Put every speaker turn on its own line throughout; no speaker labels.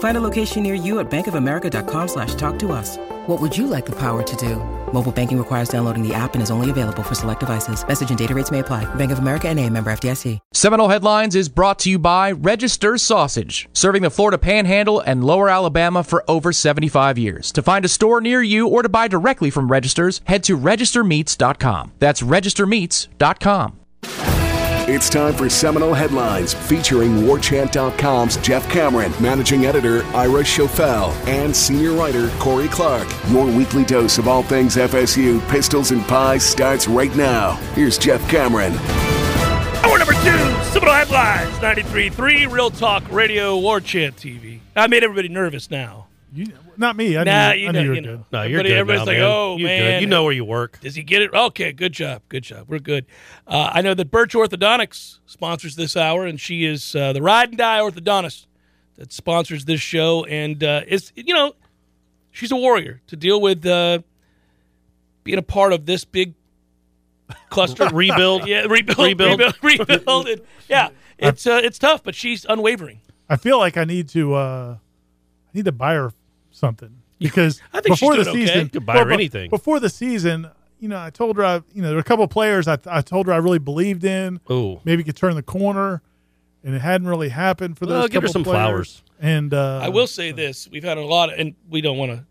Find a location near you at bankofamerica.com slash talk to us. What would you like the power to do? Mobile banking requires downloading the app and is only available for select devices. Message and data rates may apply. Bank of America and a member FDIC.
Seminole Headlines is brought to you by Register Sausage, serving the Florida Panhandle and Lower Alabama for over 75 years. To find a store near you or to buy directly from Registers, head to registermeats.com. That's registermeats.com.
It's time for Seminole Headlines featuring WarChant.com's Jeff Cameron, managing editor Ira Schofel, and senior writer Corey Clark. Your weekly dose of all things FSU, pistols, and pies starts right now. Here's Jeff Cameron.
Hour number two, Seminole Headlines, 93.3 Real Talk Radio, War Chant TV. I made everybody nervous now.
You, not me. I
Nah,
knew,
you
I knew
know-
you were
you know.
good.
No, you're
Everybody-
good.
everybody's
now,
like,
man.
"Oh,
You're
man."
good. You know where you work.
Does he get it? Okay, good job, good job. We're good. Uh, I know that Birch Orthodontics sponsors this hour, and she is uh, the ride and die orthodontist that sponsors this show, and uh, is you know, she's a warrior to deal with uh, being a part of this big cluster
Rebuild.
yeah, rebuild,
Rebuild.
rebuild, rebuild. and- yeah, it's uh, it's tough, but she's unwavering.
I feel like I need to. Uh, I need to buy her something because
I think she's
before the
doing okay.
season,
You
could buy her
be-
anything.
Before the season, you know, I told her. I, you know, there were a couple of players I, I told her I really believed in.
Ooh.
maybe could turn the corner, and it hadn't really happened for those.
Well, give her
couple
some
players.
flowers.
And uh,
I will say this: we've had a lot, of, and we don't want to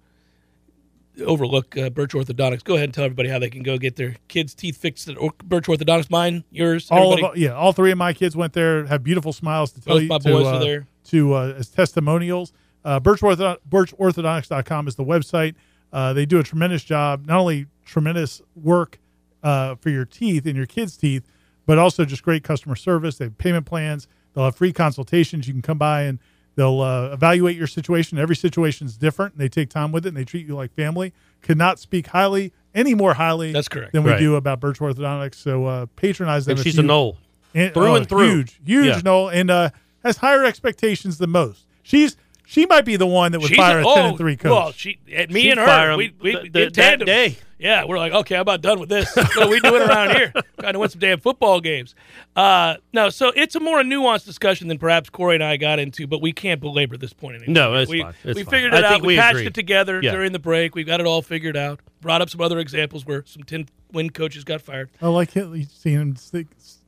overlook uh, Birch Orthodontics. Go ahead and tell everybody how they can go get their kids' teeth fixed at or- Birch Orthodontics. Mine, yours,
All
everybody.
of yeah, all three of my kids went there. Have beautiful smiles to tell
Both
you.
my
to,
boys were
uh,
there.
to uh, as testimonials. Uh, Birch Ortho- BirchOrthodontics.com is the website. Uh, they do a tremendous job, not only tremendous work uh, for your teeth and your kids' teeth, but also just great customer service. They have payment plans. They'll have free consultations. You can come by and they'll uh, evaluate your situation. Every situation is different. And they take time with it and they treat you like family. Could not speak highly any more highly.
That's correct.
Than we
Right.
do about Birch Orthodontics. So uh, patronize them.
And
if
she's
you-
a knoll.
and, oh,
Through and through.
Huge, huge
Yeah.
Noel, and uh, has higher expectations than most. She's she might be the one that would
She's
fire
a,
a,
oh,
ten and three coach.
Well, she, at me
She'd
and her,
fire 'em
we, we
th- th-
in
that
tandem.
day.
Yeah, we're like, okay, I'm about done with this. What are we doing around here? Trying to win some damn football games. Uh, no, so it's a more nuanced discussion than perhaps Corey and I got into, but we can't belabor this point anymore.
No, it's
we,
fine. It's
we
fine.
figured
I
it out.
think
We,
we
patched
agree.
it together
Yeah.
during the break. We've got it all figured out. Brought up some other examples where some 10 win coaches got fired.
I like him, seeing him sneak,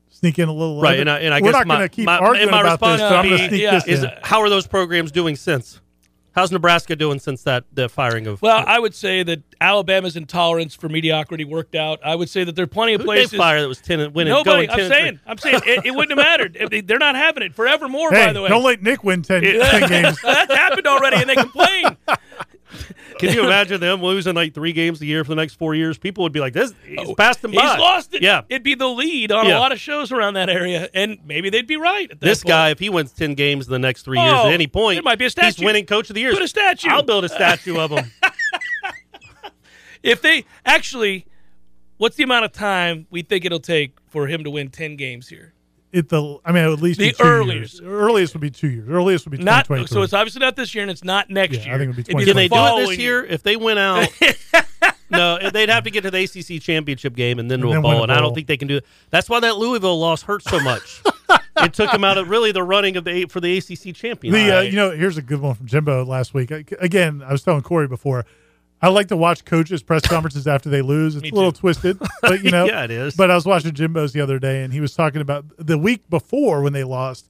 sneak in a little.
Right,
other-
and I, and I
we're
guess
not
my,
going to keep
my,
arguing
and my
about
response
this. But I'm
would
going
be,
to sneak
yeah,
this
is
in.
how are those programs doing since? How's Nebraska doing since that the firing of?
Well, I would say that Alabama's intolerance for mediocrity worked out. I would say that there are plenty of
who did
places.
they fire that was ten and winning?
Nobody.
Going
I'm
10 and
saying. I'm saying it, it wouldn't have mattered. If they- They're not having it forevermore.
hey,
by the way,
don't let Nick win 10,
Yeah.
10 games.
that's happened already, and they complain.
three? Can you imagine them losing like three games a year for the next four years? People would be like, "This he's passed them
Oh, He's
by.
lost it.
Yeah,
it'd be the lead on a
Yeah.
lot of shows around that area, and maybe they'd be right. At that
this
point.
guy, if he wins ten games in the next three years
Oh,
at any point,
there might be a
He's
statue.
winning coach of the year.
Put a statue.
I'll build a statue of him.
if they actually, what's the amount of time we think it'll take for him to win ten games here?
It the I mean at least
The
be two
earliest.
Years. Earliest would be two years. Earliest would be
Not
2023.
so. It's obviously not this year, and it's not next
Yeah, I
year.
think it'd be
It'd the
Can they do it
following
this year? If they win out, no, they'd have to get to the ACC championship game and then to
And
a
then win
bowl,
a
and I
bowl.
don't think they can do it. That's why that Louisville loss hurt so much. it took them out of really the running of the for the ACC champion.
The uh, you know here's a good one from Jimbo last week. I, again, I was telling Corey before. I like to watch coaches press conferences after they lose. It's
Me
a little
too.
twisted, but you know,
Yeah, it is.
But I was watching Jimbo's the other day, and he was talking about the week before when they lost.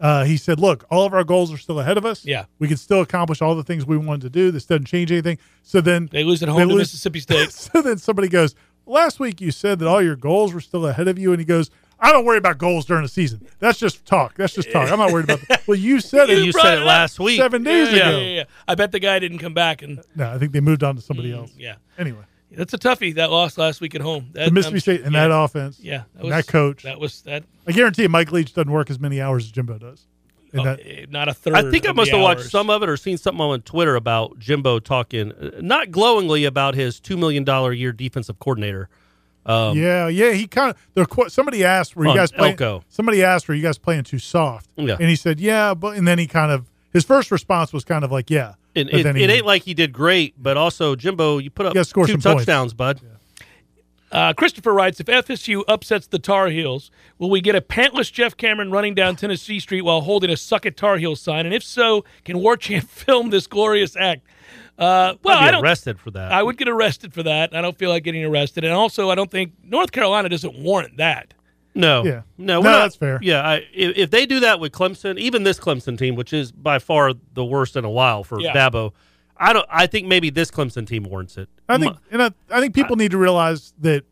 Uh, he said, "Look, all of our goals are still ahead of us.
Yeah.
we can still accomplish all the things we wanted to do. This doesn't change anything." So then
They lose at home
They
to
lose-
Mississippi State.
so then somebody goes, Last week you said that all your goals were still ahead of you. And he goes, I don't worry about goals during the season. That's just talk. That's just talk. I'm not worried about that. Well, uh, you said it.
you
brought
said
it
it
up
last week.
seven days
yeah,
ago.
yeah, yeah. I bet the guy didn't come back, and
No, I think they moved on to somebody else.
yeah,
Anyway,
that's a toughie. That loss last week at home. That,
the Mississippi
um,
State and
yeah,
that offense.
Yeah, that,
and that coach.
That was that.
I guarantee you, Mike Leach doesn't work as many hours as Jimbo does. And
oh,
that,
eh, not a third.
I think I
of
must
the
have watched
hours.
some of it or seen something on Twitter about Jimbo talking, uh, not glowingly about his $2 million a year defensive coordinator. Um,
yeah, yeah, he kind of. The qu- somebody asked, "Were you
On
guys playing?"
Elko.
Somebody asked, "Were you guys playing too soft?"
Yeah.
and he said, "Yeah," but and then he kind of his first response was kind of like, "Yeah."
It,
But
it,
then he-
it ain't like he did great, but also, Jimbo, you put up
Yeah, score
two
some points.
touchdowns, bud.
Uh, Christopher writes, if FSU upsets the Tar Heels, will we get a pantless Jeff Cameron running down Tennessee Street while holding a "Suck it Tar Heels" sign? And if so, can Warchant film this glorious act? Uh, well,
I'd be
I don't.
arrested for that.
I would get arrested for that. I don't feel like getting arrested, and also I don't think North Carolina doesn't warrant that.
No.
Yeah. No,
No, we're not,
that's fair.
Yeah. I, if, if they do that with Clemson, even this Clemson team, which is by far the worst in a while for
Yeah.
Dabo, I don't. I think maybe this Clemson team warrants it.
I think, and I, I think people need to realize that,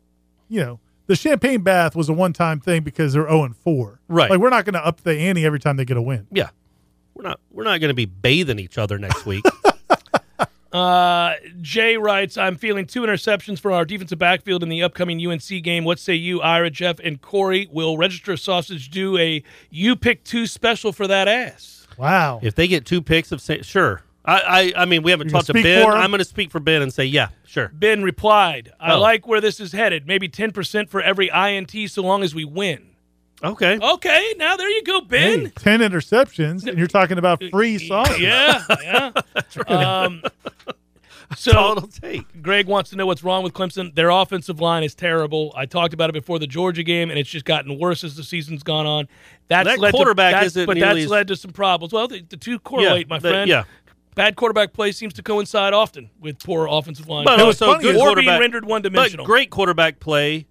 you know, the champagne bath was a one-time thing because they're zero and four.
Right.
Like we're not going to up the ante every time they get a win.
Yeah. We're not. We're not going to be bathing each other next week.
Uh, Jay writes, I'm feeling two interceptions from our defensive backfield in the upcoming UNC game. What say you, Ira, Jeff, and Corey? Will Register Sausage do a you pick two special for that ass?
Wow.
if they get two picks of say, sure. I, I. I mean, we haven't
You're gonna
talked to
speak
Ben.
for him?
I'm going to speak for Ben and say, yeah, sure.
Ben replied, I
Oh.
like where this is headed. Maybe 10% for every INT so long as we win.
Okay.
Oh, Okay, now there you go, Ben.
Hey, ten interceptions, and you're talking about free sauce.
Yeah, yeah. um, so,
Total take.
Greg wants to know what's wrong with Clemson. Their offensive line is terrible. I talked about it before the Georgia game, and it's just gotten worse as the season's gone on. That's
That
led to-
quarterback
that's-
isn't
but
nearly
that's
as-
led to some problems. Well, the, the two correlate, my
the-
friend.
yeah.
Bad quarterback play seems to coincide often with poor offensive line.
But
play.
also good
or being
quarterback-
rendered one dimensional.
But great quarterback play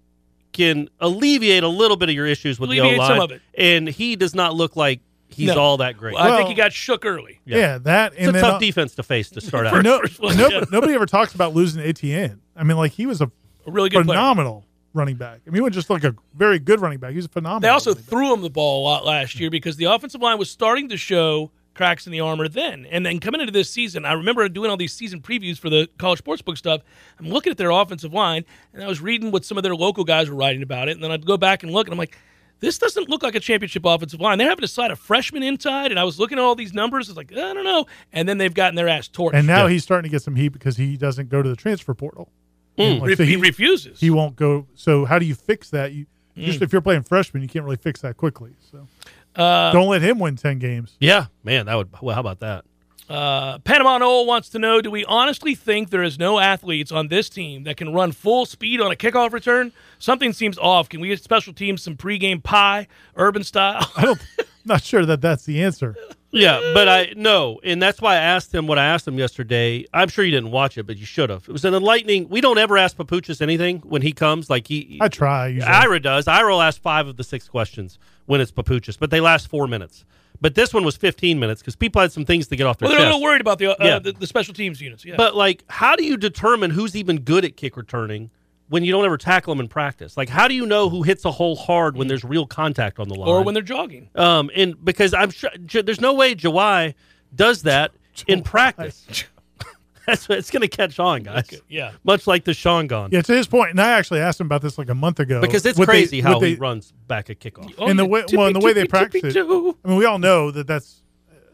can alleviate a little bit of your issues with
Alleviate
the O
some of
line.
it.
And he does not look like he's
No.
all that great.
I think
Well-
he got shook early.
Yeah, that
it's
and
a
then
tough
uh,
defense to face to start out.
no,
one,
no-
yeah.
nobody ever talks about losing Etienne. I mean, like he was a,
A really good player.
phenomenal running back. I mean, he was just like a very good running back. He was a phenomenal.
They also
running back.
threw him the ball a lot last year because the offensive line was starting to show cracks in the armor then. And then coming into this season, I remember doing all these season previews for the college sportsbook stuff. I'm looking at their offensive line and I was reading what some of their local guys were writing about it. And then I'd go back and look and I'm like, this doesn't look like a championship offensive line. They're having to slide a freshman inside. And I was looking at all these numbers. It's like, I don't know. And then they've gotten their ass torched.
and now he's starting to get some heat because he doesn't go to the transfer portal. And, like,
Mm. Re-
so
he,
he-
refuses.
he won't go. So how do you fix that? You
Hmm.
just if you're playing freshman, you can't really fix that quickly. So
Uh,
don't let him win ten games.
Yeah, man, that would. Well, how about that?
Uh, Panama Noel wants to know: Do we honestly think there is no athletes on this team that can run full speed on a kickoff return? Something seems off. Can we get special teams some pregame pie, urban style?
I don't. I'm not sure that that's the answer.
Yeah, but I no, and that's why I asked him what I asked him yesterday. I'm sure you didn't watch it, but you should have. It was an enlightening. We don't ever ask Papuchas anything when he comes. Like he,
I try. Usually.
Ira does. Ira will ask five of the six questions when it's Papuchas, but they last four minutes. But this one was 15 minutes because people had some things to get off their
well, they're a
chest.
little worried about the, uh,
Yeah.
the the special teams units. Yeah,
But like, how do you determine who's even good at kick returning when you don't ever tackle them in practice? Like, how do you know who hits a hole hard when there's real contact on the line,
or when they're jogging.
um, and because I'm sure J- there's no way Jawai does that in practice. That's what, it's going to catch on, guys.
Yeah.
Much like the Shangon,
Yeah, to his point, and I actually asked him about this like a month ago
because it's
What they-
crazy how
what
he
they-
runs back a kickoff.
Oh,
and the
yeah.
way well, and the way they practice it.
Tippy-tippy-tippy-doo.
I mean, we all know that that's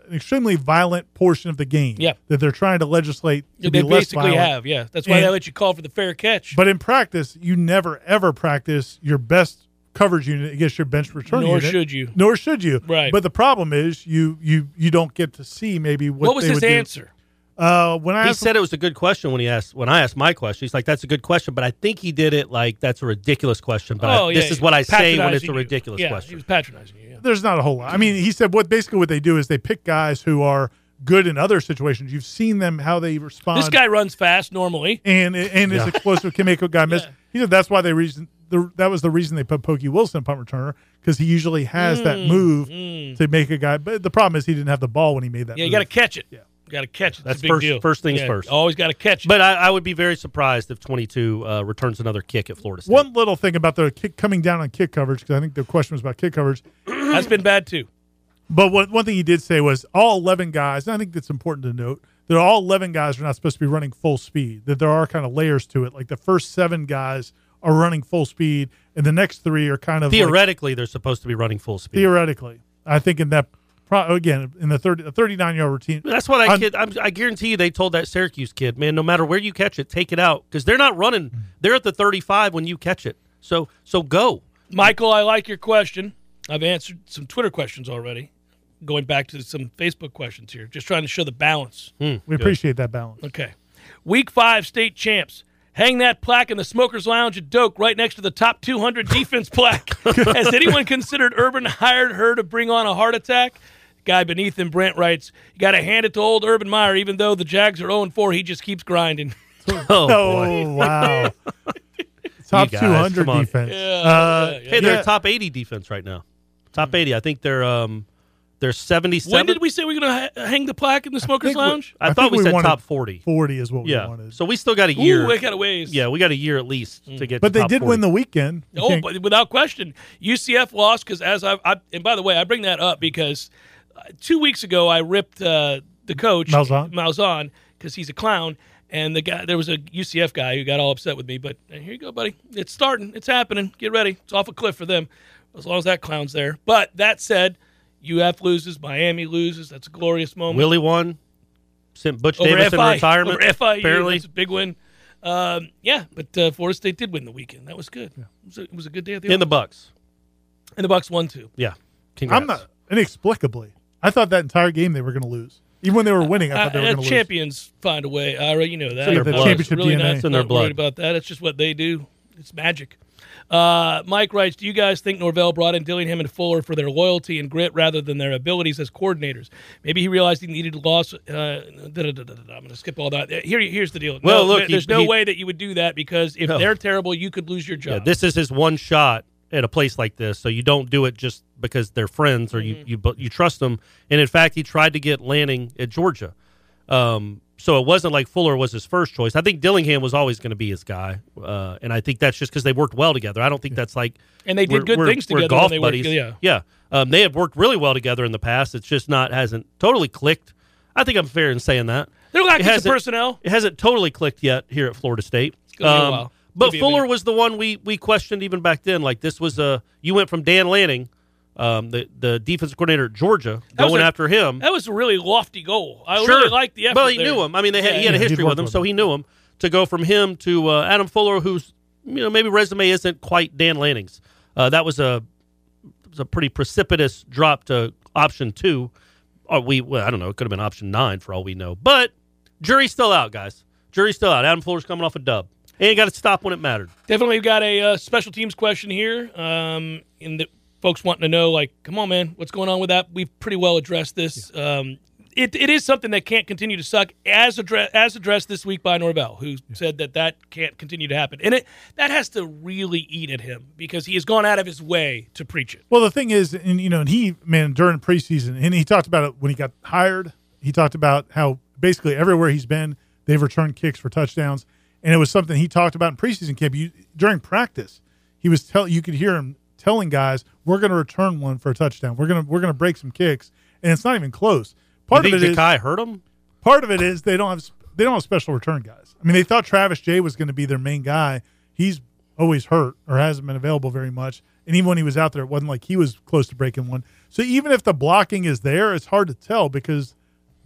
an extremely violent portion of the game.
Yeah.
that they're trying to legislate to
They
be less
basically
violent.
have. Yeah, that's why
And-
they let you call for the fair catch.
But in practice, you never ever practice your best coverage unit against your bench return
Nor
unit.
should you.
Nor should you.
Right.
But the problem is you you you don't get to see maybe what,
what was
they
his
would do.
answer?
Uh, when I
He
asked
said it was a good question when he asked when I asked my question. He's like, "That's a good question," but I think he did it like that's a ridiculous question. But I-
oh, yeah,
this is what I say when it's
patronizing
a
you.
ridiculous
yeah, He
question.
was patronizing you. Yeah.
there's not a whole lot. I mean, he said what basically what they do is they pick guys who are good in other situations. You've seen them how they respond.
Uh,
This guy runs fast normally.
and and his explosive can make a guy miss. He said that's why they reason the, that was the reason they put Pokey Wilson punt returner because he
Mm,
usually has that move to make a guy. But the problem is he didn't have the ball when he made that.
Yeah, you got
move.
to catch it. Got to catch it. It's
Mm-hmm. That's
a big
first-
deal.
first things
Yeah,
first.
Always got to catch it.
But I, I would be very surprised if 22 uh, returns another kick at Florida State.
One little thing about the kick coming down on kick coverage because I think the question was about kick coverage.
that's been bad too.
But what, one thing he did say was all 11 guys, and I think that's important to note, that all 11 guys are not supposed to be running full speed, that there are kind of layers to it. Like the first seven guys are running full speed, and the next three are kind of like-
Theoretically, they're supposed to be running full speed.
theoretically. I think in that, pro, again, in the 30, 39 yard routine.
That's what I
I'm-
kid. I'm, I guarantee you, they told that Syracuse kid, man, no matter where you catch it, take it out because they're not running. They're at the 35 when you catch it. So so go.
Michael, I like your question. I've answered some Twitter questions already. Going back to some Facebook questions here, just trying to show the balance.
Hmm.
We appreciate that balance.
Okay. Week five state champs. Hang that plaque in the Smokers Lounge at Doak right next to the top 200 defense plaque. Has anyone considered Urban hired her to bring on a heart attack? Guy beneath him, Brent writes, You got to hand it to old Urban Meyer. Even though the Jags are 0 4, he just keeps grinding.
Oh, boy.
Oh, wow. Top
guys,
200
come on.
defense.
yeah,
uh,
yeah.
Hey, they're
Yeah.
a top 80 defense right now. Top 80. I think they're um they're 77.
When did we say we are going to ha- hang the plaque in the Smokers
think we-
Lounge?
I,
I
thought
think
we,
we
said
wanted-
top 40.
40 is what we
Yeah.
wanted.
So we still got a
Ooh,
year.
we got a ways. Mm.
yeah, we got a year at least to get.
but
to
they
top
did
40.
win the weekend. You
Oh,
can't-
but without question, UCF lost because as I, I and by the way, I bring that up because uh, two weeks ago I ripped uh, the coach
Malzahn?
because he's a clown, and the guy there was a UCF guy who got all upset with me. But uh, here you go, buddy. It's starting. It's happening. Get ready. It's off a cliff for them, as long as that clown's there. But that said, UF loses, Miami loses. That's a glorious moment
Willie won. Sent Butch
over
Davis
FI,
in retirement.
Over FIU,
apparently.
that's a big win. Um, yeah, but uh, Florida State did win the weekend. That was good. It, was a, it was a good day at the
in the Bucks.
and the Bucks won too.
Yeah. Congrats.
I'm not inexplicably. I thought that entire game they were going to lose. Even when they were winning, I
Uh,
thought they were
uh,
going to lose.
champions find a way. I already know that.
in their
I'm
blood.
Championship
really
DNA.
Not,
It's
in their
not worried
blood.
about that. It's just what they do. It's magic. Uh, Mike writes, do you guys think Norvell brought in Dillingham and Fuller for their loyalty and grit rather than their abilities as coordinators? Maybe he realized he needed a loss. Uh, da, da, da, da, da. I'm going to skip all that. Uh, Here, here's the deal.
Well,
No,
look, he-
there's no
he-
way that you would do that because if
No.
they're terrible, you could lose your
Yeah,
job.
this is his one shot at a place like this, so you don't do it just because they're friends or
Mm-hmm.
you you bu- you trust them. And in fact, he tried to get Lanning at Georgia, um, so it wasn't like Fuller was his first choice. I think Dillingham was always going to be his guy, uh, and I think that's just because they worked well together. I don't think that's like
And they did
we're-
good
we're-
things
we're
together when
golf
they worked
buddies.
together,
yeah, Um, they have worked really well together in the past. It's just not hasn't totally clicked. I think I'm fair in saying that
They're lacking
It
some
hasn't-
personnel.
It hasn't totally clicked yet here at Florida State. Um,
gonna be a while. Could
But
be a
Fuller
minute.
was the one we we questioned even back then. Like this was a you went from Dan Lanning, um, the the defensive coordinator at Georgia,
That was
going
a-
after him.
That was a really lofty goal. I
sure,
really Oh, liked the effort.
Well, he
there.
knew him. I mean, they had,
Yeah,
he had
yeah,
a
he'd
history
worked
with him,
with
so
him.
he knew him. To go from him to uh, Adam Fuller, who's you know maybe resume isn't quite Dan Lanning's. Uh, that was a it was a pretty precipitous drop to option two. Or we, well, I don't know. It could have been option nine for all we know. But jury's still out, guys. Jury's still out. Adam Fuller's coming off a dub. And got to stop when it mattered.
Definitely got a uh, special teams question here. Um, and the folks wanting to know, like, come on, man, what's going on with that? We've pretty well addressed this. Um, it, it is something that can't continue to suck, as address, as addressed this week by Norvell, who said that that can't continue to happen, and it that has to really eat at him because he has gone out of his way to preach it.
Well, the thing is, and you know, and he man during preseason, and he talked about it when he got hired. He talked about how basically everywhere he's been, they've returned kicks for touchdowns, and it was something he talked about in preseason camp. You during practice, he was tell you could hear him telling guys, "We're going to return one for a touchdown. We're gonna we're gonna break some kicks," and it's not even close. Part
you
of it
think
is
Zakai hurt him?
part of it is they don't have they don't have special return guys. I mean, they thought Travis Jay was going to be their main guy. He's always hurt or hasn't been available very much. And even when he was out there, it wasn't like he was close to breaking one. So even if the blocking is there, it's hard to tell because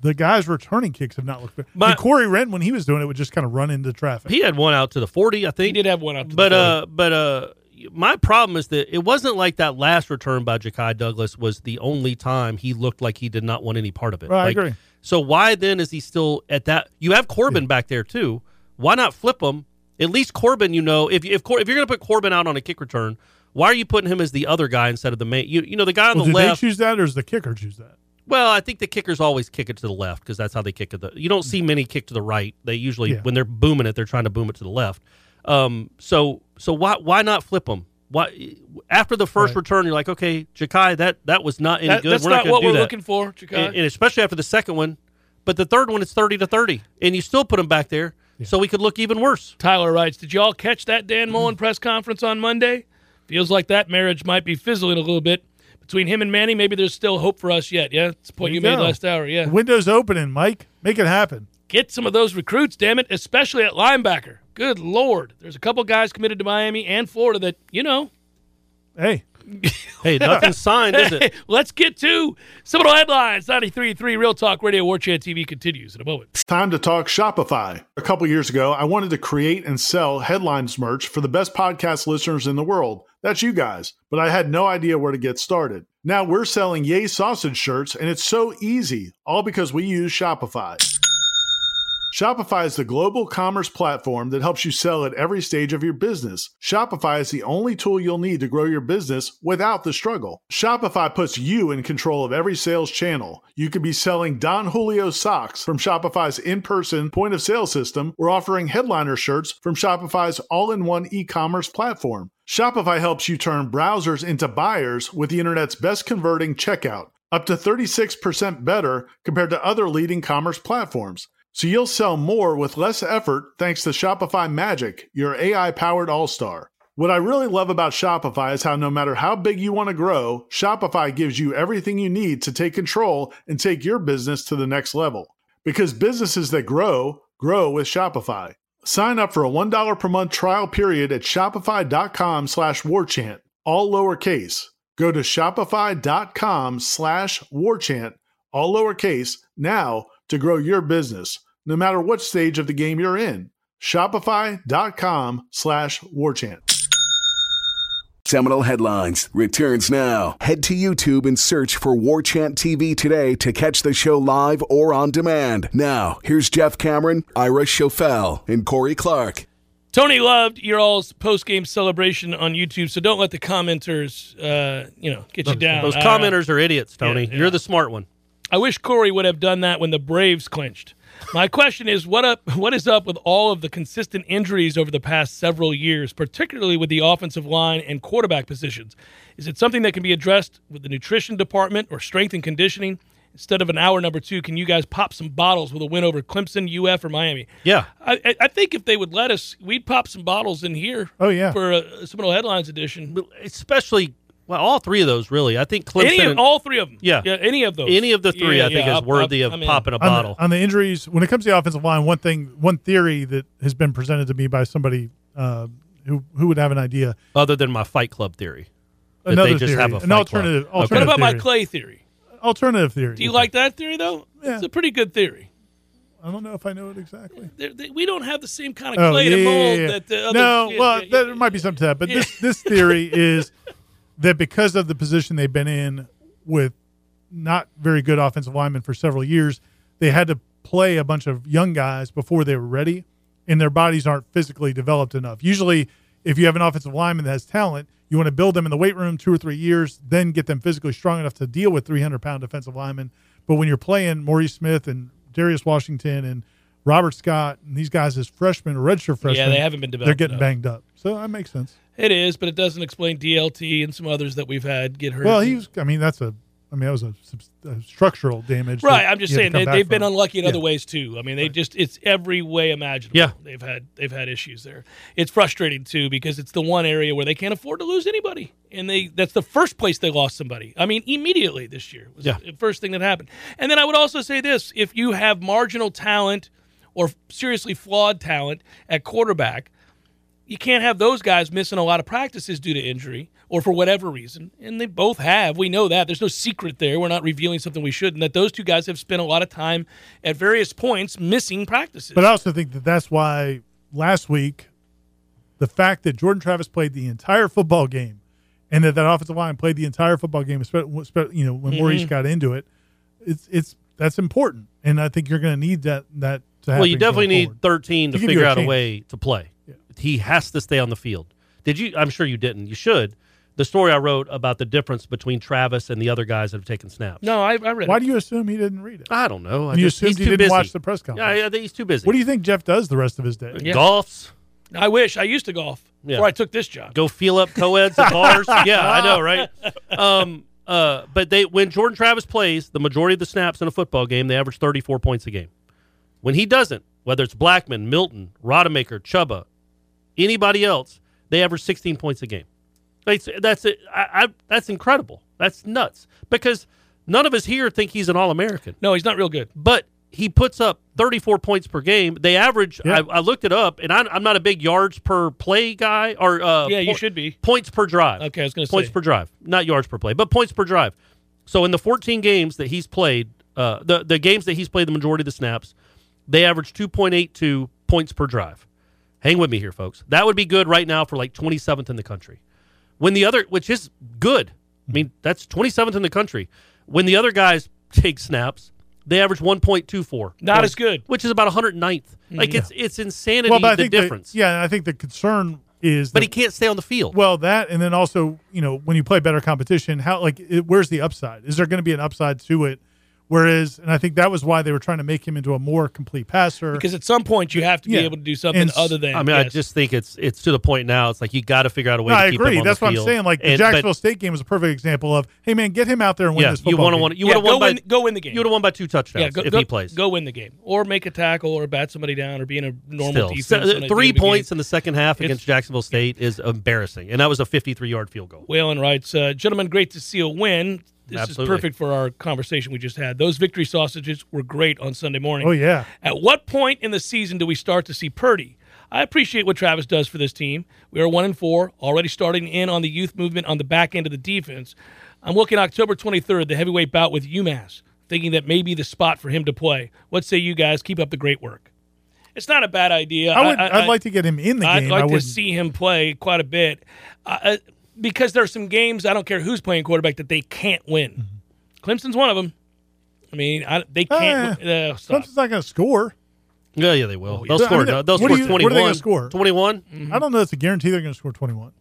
the guys returning kicks have not looked good.
My-
and Corey Wren, when he was doing it, would just kind of run into traffic.
He had one out to the forty, I think.
He did have one up, to the
but
plate.
uh but uh my problem is that it wasn't like that last return by Ja'Kai Douglas was the only time he looked like he did not want any part of it.
Right, I
Like,
agree.
So why then is he still at that? You have Corbin back there too. Why not flip him? At least Corbin, you know, if if, Cor- if you're going to put Corbin out on a kick return, why are you putting him as the other guy instead of the main? You you know the guy on
Well,
the
did
left.
they choose that or does the kicker choose that?
Well, I think the kickers always kick it to the left because that's how they kick it. The, you don't see many kick to the right. They usually,
Yeah.
when they're booming it, they're trying to boom it to the left. Um, so, so why why not flip them? Why after the first
Right.
return, you're like, okay, Jakai, that that was not any
That-
good.
that's
we're
not,
gonna
what
do
we're
that.
looking for, Chicago.
And, and especially after the second one, But the third one is 30 to 30, and you still put them back there, so we could look even worse.
Tyler writes, Did y'all catch that Dan
Mm.
Mullen press conference on Monday? Feels like that marriage might be fizzling a little bit. Between him and Manny, maybe there's still hope for us yet. Yeah, it's the point you,
There you
made
go.
last hour. Yeah.
The window's opening, Mike. Make it happen.
Get some of those recruits, damn it, especially at linebacker. Good Lord. There's a couple guys committed to Miami and Florida that, you know,
Hey,
Hey, nothing's signed, is it?
let's get to Seminole Headlines 93.3 Real Talk Radio War Chant TV continues in a moment.
Time to talk Shopify. A couple years ago, I wanted to create and sell headlines merch for the best podcast listeners in the world. That's you guys. But I had no idea where to get started. Now we're selling Yay Sausage shirts, and it's so easy, all because we use Shopify. Shopify is the global commerce platform that helps you sell at every stage of your business. Shopify is the only tool you'll need to grow your business without the struggle. Shopify puts you in control of every sales channel. You could be selling Don Julio socks from Shopify's in person point of sale system or offering headliner shirts from Shopify's all in one e commerce platform. Shopify helps you turn browsers into buyers with the internet's best converting checkout, up to 36% better compared to other leading commerce platforms. So you'll sell more with less effort thanks to Shopify Magic, your AI powered all star. What I really love about Shopify is how no matter how big you want to grow, Shopify gives you everything you need to take control and take your business to the next level. Because businesses that grow, grow with Shopify. Sign up for a $1 per month trial period at shopify.com slash warchant, all lowercase. Go to shopify.com slash warchant, all lowercase, now to grow your business, no matter what stage of the game you're in. Shopify.com slash warchant.
Seminal Headlines returns now. Head to YouTube and search for War Chant TV today to catch the show live or on demand. Now, here's Jeff Cameron, Ira Schofel, and Corey Clark.
Tony loved your all's post game celebration on YouTube, so don't let the commenters, uh, you know, get you down.
Those
All right.
commenters are idiots, Tony.
Yeah, yeah.
You're the smart one.
I wish Corey would have done that when the Braves clinched. My question is, what up? What is up with all of the consistent injuries over the past several years, particularly with the offensive line and quarterback positions? Is it something that can be addressed with the nutrition department or strength and conditioning? Instead of an hour number two, can you guys pop some bottles with a win over Clemson, UF, or Miami?
Yeah.
I, I- I think if they would let us, we'd pop some bottles in here.
Oh, yeah.
for a Seminole Headlines edition.
Especially, well, all three of those, really. I think Clemson.
Any of,
and-
all three of them.
Yeah.
any of those.
any of the three,
Yeah,
I think,
yeah,
is
I'll-
worthy
I'll-
of
I'm in.
popping a
on the-
bottle.
On the, injuries, when it comes to the offensive line, one thing, one theory that has been presented to me by somebody uh, who who would have an idea.
other than my Fight Club theory. That
Another
they just
theory,
have a
an
fight
alternative-
club.
What
alternative-
about my
theory.
clay theory?
Alternative theory.
Do you like that theory though?
Yeah.
It's a pretty good theory.
I don't know if I know it exactly.
There- there- we don't have the same kind
Oh,
of clay to mold that the other.
no,
yeah,
well,
yeah,
there
yeah,
might be something to that, but this this theory is that because of the position they've been in with not very good offensive linemen for several years, they had to play a bunch of young guys before they were ready, and their bodies aren't physically developed enough. Usually, if you have an offensive lineman that has talent, you want to build them in the weight room two or three years, then get them physically strong enough to deal with 300 pound defensive linemen. But when you're playing Maurice Smith and Darius Washington and Robert Scott and these guys as freshmen or redshirt freshmen,
Yeah, they haven't been
they're
developed
getting
enough.
banged up. So that makes sense.
It is, but it doesn't explain DLT and some others that we've had get hurt.
Well, he was. I mean, that's a. I mean, that was a, subs- a structural damage.
right.
that
I'm just
he
saying
had to come
they,
back
they've been
from.
unlucky in other
Yeah.
ways too. I mean, they just it's every way imaginable.
Yeah.
they've had they've had issues there. It's frustrating too because it's the one area where they can't afford to lose anybody, and they that's the first place they lost somebody. I mean, immediately this year was
Yeah.
the first thing that happened. And then I would also say this: if you have marginal talent or seriously flawed talent at quarterback. You can't have those guys missing a lot of practices due to injury or for whatever reason. And they both have. We know that. There's no secret there. We're not revealing something we shouldn't. That those two guys have spent a lot of time at various points missing practices.
But I also think that that's why last week, the fact that Jordan Travis played the entire football game, and that that offensive line played the entire football game, especially you know
Mm-hmm.
when Maurice got into it, it's it's that's important, and I think you're going to need that that. To
Well, you
happen
definitely
going
need
forward.
13 to
To give
figure
you a
out a
chance.
way to play. He has to stay on the field. Did you? I'm sure you didn't. You should. The story I wrote about the difference between Travis and the other guys that have taken snaps.
no, I, I read
Why
it.
do you assume he didn't read it?
I don't know. I
You
just,
assumed
he's
he
too
didn't
busy.
watch the press conference.
Yeah, I think he's too busy.
What do you think Jeff does the rest of his day?
Yeah.
Golfs.
I wish I used to golf
Yeah.
before I took this job.
Go feel up co-eds at bars. yeah, I know, right? Um, uh, Uh, but they when Jordan Travis plays the majority of the snaps in a football game, they average 34 points a game. When he doesn't, whether it's Blackman, Milton, Rodemaker, Chuba, anybody else, they average 16 points a game. That's that's it. I, I, that's incredible. That's nuts because none of us here think he's an All American,
No, he's not real good.
but he puts up 34 points per game. They average.
Yeah.
I, I looked it up, and I, I'm not a big yards per play guy or uh,
Yeah, you
po-
should be.
points per drive.
Okay, I was going to say.
points per drive, not yards per play, but points per drive. So in the 14 games that he's played, uh, the the games that he's played the majority of the snaps, they average 2.82 points per drive. Hang with me here, folks. That would be good right now for like 27th in the country. When the other, which is good, I mean that's 27th in the country. When the other guys take snaps, they average 1.24.
Not
points,
as good.
which is about 109th. Like it's it's insanity
Well, but I
the
think
difference.
The, yeah, and I think the concern is,
But
the-
he can't stay on the field.
well that, and then also you know when you play better competition, how like it, where's the upside? Is there going to be an upside to it? Whereas, and I think that was why they were trying to make him into a more complete passer.
Because at some point you have to be
Yeah.
able to do something
And s-
other than.
I mean, I
yes.
just think it's it's to the point now. It's like you got to figure out a way.
No,
to
I
keep
agree.
Him on
That's
the
what
field.
I'm saying. Like the
And- but,
Jacksonville State game was a perfect example of, hey man, get him out there and win
yeah,
this
you
football.
want to
game.
want you
Yeah,
would have
go
won by
win, go win the game.
you would have won by two touchdowns
yeah, go,
if
go,
he plays.
go win the game or make a tackle or bat somebody down or be in a normal
Still,
defense.
So,
on a
uh, three
game again.
points in the second half
It's-
against Jacksonville State is embarrassing, and that was a 53 yard field goal.
Whalen writes, uh, gentlemen, great to see a win. This
Absolutely.
is perfect for our conversation we just had. Those victory sausages were great on Sunday morning.
Oh yeah,
At what point in the season do we start to see Purdy? I appreciate what Travis does for this team. We are one and four, already starting in on the youth movement on the back end of the defense. I'm looking October 23rd, the heavyweight bout with UMass, thinking that may be the spot for him to play. What say you guys? Keep up the great work. It's not a bad idea.
I would. I, would like to get him in the
I'd
game.
like
I
to
would
see him play quite a bit uh, uh, because there are some games I don't care who's playing quarterback that they can't win.
Mm-hmm.
Clemson's one of them. I mean, I, they can't.
Ah,
win- uh, stop.
Clemson's not going to score.
Yeah, yeah, they will.
Oh,
They'll
But, I
score.
mean,
no, they'll
what
score
do you- what are they
21.
gonna score?
21.
I don't know. It's a guarantee they're going to score 21.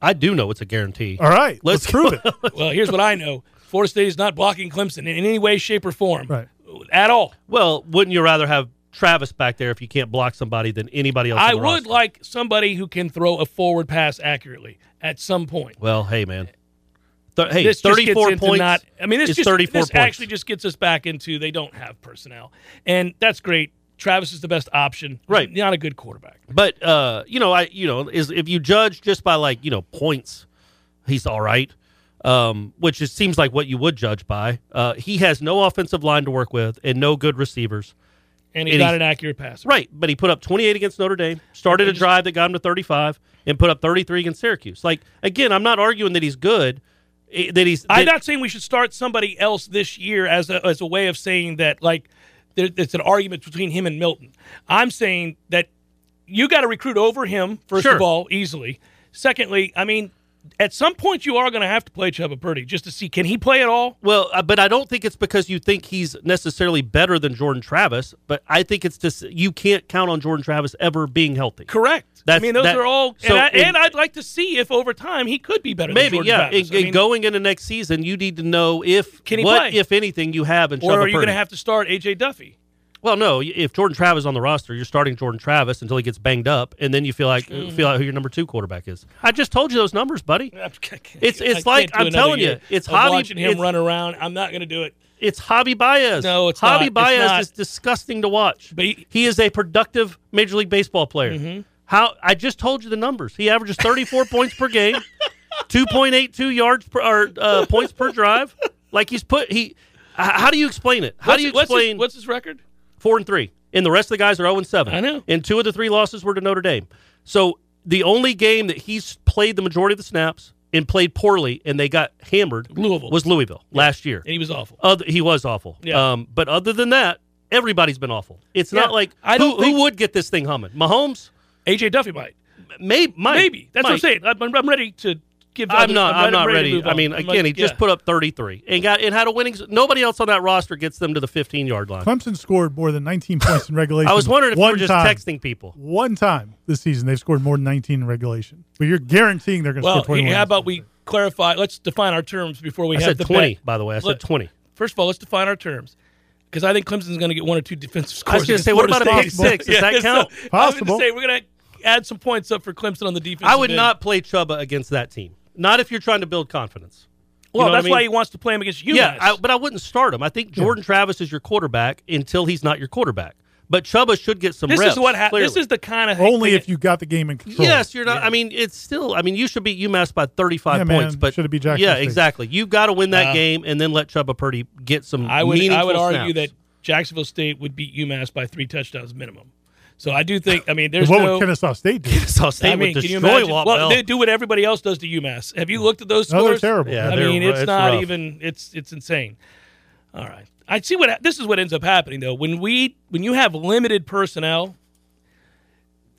I do know it's a guarantee.
All right,
Let's
let's, prove it.
Well, here's what I know: Florida State is not blocking Clemson in any way, shape, or form,
Right.
At all.
Well, wouldn't you rather have Travis back there if you can't block somebody than anybody else? on
I
the
would
roster?
like somebody who can throw a forward pass accurately at some point.
Well, hey man, Th- hey,
this
34
just gets into
points.
Not, I mean, this
is
just
34
this
points.
actually just gets us back into they don't have personnel, and that's great. Travis is the best option.
Right.
not a good quarterback.
But uh, you know, I you know, is if you judge just by like you know points, he's all right. Um, which is, seems like what you would judge by. Uh, he has no offensive line to work with and no good receivers.
and he's
And
not
he's-
an accurate passer.
Right, but he put up 28 against Notre Dame, started a drive that got him to 35, and put up 33 against Syracuse. Like again, I'm not arguing that he's good. eh, That he's
I'm
that-
not saying we should start somebody else this year as a, as a way of saying that like there, it's an argument between him and Milton. I'm saying that you got to recruit over him first
Sure.
of all easily. Secondly, I mean, at some point you are going to have to play Chuba Purdy just to see can he play at all.
Well, uh, but I don't think it's because you think he's necessarily better than Jordan Travis, but I think it's just you can't count on Jordan Travis ever being healthy.
Correct. I
That's-
mean, those
that-
are all.
so
and, I,
in-
and I'd like to see if over time he could be better.
Maybe,
than Jordan
yeah.
Travis. I
And, and
mean,
going into next season, you need to know if
Can he
what,
play?
if anything, you have in
or
Chuba
are you going
Purdy.
to have to start AJ Duffy?
well, no. y- If Jordan Travis is on the roster, you're starting Jordan Travis until he gets banged up, and then you feel like uh, feel out who your number two quarterback is. I just told you those numbers, buddy.
It's
it's like- I'm telling you, it's Javi-
watching him
it's-
run around. I'm not going to do it.
It's Javi Baez.
No, it's not.
Javi
It's
Baez
not.
is disgusting to watch.
But he- Mm-hmm.
he, is a productive Major League Baseball player. How I just told you the numbers. He averages 34 points per game, 2.82 yards per or, uh, points per drive. Like he's put he. h- How do you explain it? How
What's-
do you
what's his-
explain
what's his record?
four and three, and the rest of the guys are zero and seven.
I know.
And two of the three losses were to Notre Dame. So the only game that he's played the majority of the snaps and played poorly, and they got hammered,
Louisville.
was Louisville last year.
and he was awful.
Other, he was awful.
Yeah.
Um, but other than that, everybody's been awful. It's
Yeah,
not like
I don't
who,
think-
who would get this thing humming. Mahomes,
AJ Duffy might,
maybe,
maybe. That's what I'm saying. I'm, I'm ready to give.
I'm
others-
not. I'm,
ready-
not
ready to
ready.
move
I
on.
mean,
I'm
again,
like,
he just
yeah.
put up 33 and got and had a winning. Nobody else on that roster gets them to the 15 yard line.
Clemson scored more than 19 points in regulation.
I was wondering if
one
we were just
time,
texting people.
One time this season, they've scored more than 19 in regulation. But you're guaranteeing they're going to
Well,
score 21.
how about we clarify? Let's define our terms before we
I
have
said
the
20,
bet.
by the way. I
Look,
said 20.
First of all, let's define our terms. Because I think Clemson's going to get one or two defensive
I
scores.
was gonna
against
say, what
Florida
about a
State.
pick six? Does that
so
count?
I was
Possible.
going to say we're going to add some points up for Clemson on the defense.
I would not play Chuba against that team. Not if you're trying to build confidence.
Well,
know what
that's
I mean?
why he wants to play him against you
yeah,
guys.
I, but I wouldn't start him. I think Jordan Travis is your quarterback until he's not your quarterback. But Chuba should get some
this
reps.
is what happened. This
clearly.
is the kind of
Only if you got the game in control.
Yes, you're not. I mean, it's still. I mean, you should beat UMass by 35
Yeah, man,
points, but
should it be Jackson
Yeah,
State?
exactly. You've got to win that
Uh,
game and then let Chuba Purdy get some.
I would I
meaningful
would argue that
snaps.
Jacksonville State would beat UMass by three touchdowns minimum. So I do think I mean
What
there's
would
no
Kennesaw State do?
Kennesaw State
I mean,
would
can you
destroy
imagine?
Watt
Well,
Bell.
they do what everybody else does to UMass. Have you looked at those
No,
scores?
they're terrible.
Yeah,
I
they're-
mean, it's,
it's
not
rough.
even. It's it's insane. All right, I see what this is. What ends up happening though, when we when you have limited personnel,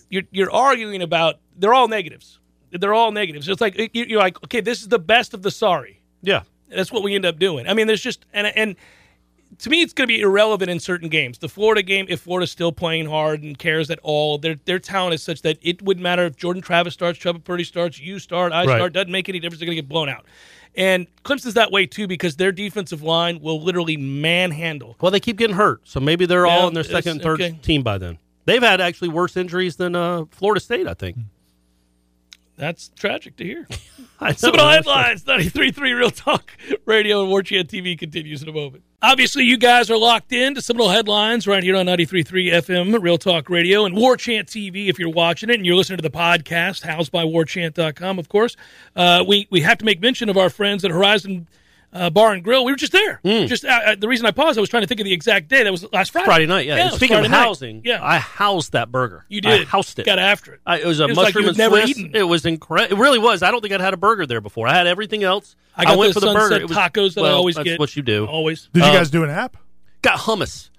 you're you're arguing about they're all negatives. They're all negatives. It's like you- you're like, okay, this is the best of the sorry.
yeah,
That's what we end up doing. I mean, there's just and and to me, it's going to be irrelevant in certain games. The Florida game, if Florida's still playing hard and cares at all, their their talent is such that it wouldn't matter if Jordan Travis starts, Chuba Purdy starts, you start, I
Right.
start. Doesn't make any difference. They're going to get blown out. And Clemson's that way too because their defensive line will literally manhandle.
Well, they keep getting hurt, so maybe they're
Yeah,
all in their
it's-
second and third
okay.
team by then. They've had actually worse injuries than uh, Florida State, I think.
Hmm.
That's tragic to hear.
I know,
Seminole
right?
Headlines, 93.3 Real Talk Radio and War Chant TV continues in a moment. Obviously, you guys are locked in to Seminole Headlines right here on 93.3 FM Real Talk Radio and War Chant TV if you're watching it and you're listening to the podcast, housedbywarchant.com, of course. Uh, we, we have to make mention of our friends at Horizon uh, Bar and Grill. We were just there. Just uh, uh, The reason I paused, I was trying to think of the exact day. That was last Friday.
Hmm. Friday night. Yeah.
it
And
was
Speaking
Friday
of
night.
housing,
Yeah.
I housed that burger.
you did.
I housed it.
Got after it.
I, it was a
It was like
mushroom
you'd
and
never
Swiss.
eaten.
It was incredible. It really was. I don't think I'd had a burger there before. I had everything else.
I got
went
those
for the
sunset
burger. It was-
tacos that I
well,
always
that's
get. Oh.
what you do.
Always.
Did you
Uh,
guys do an app?
got hummus.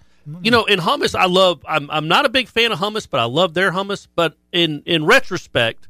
You know, in hummus, I love. I'm I'm not a big fan of hummus, but I love their hummus. But in in retrospect,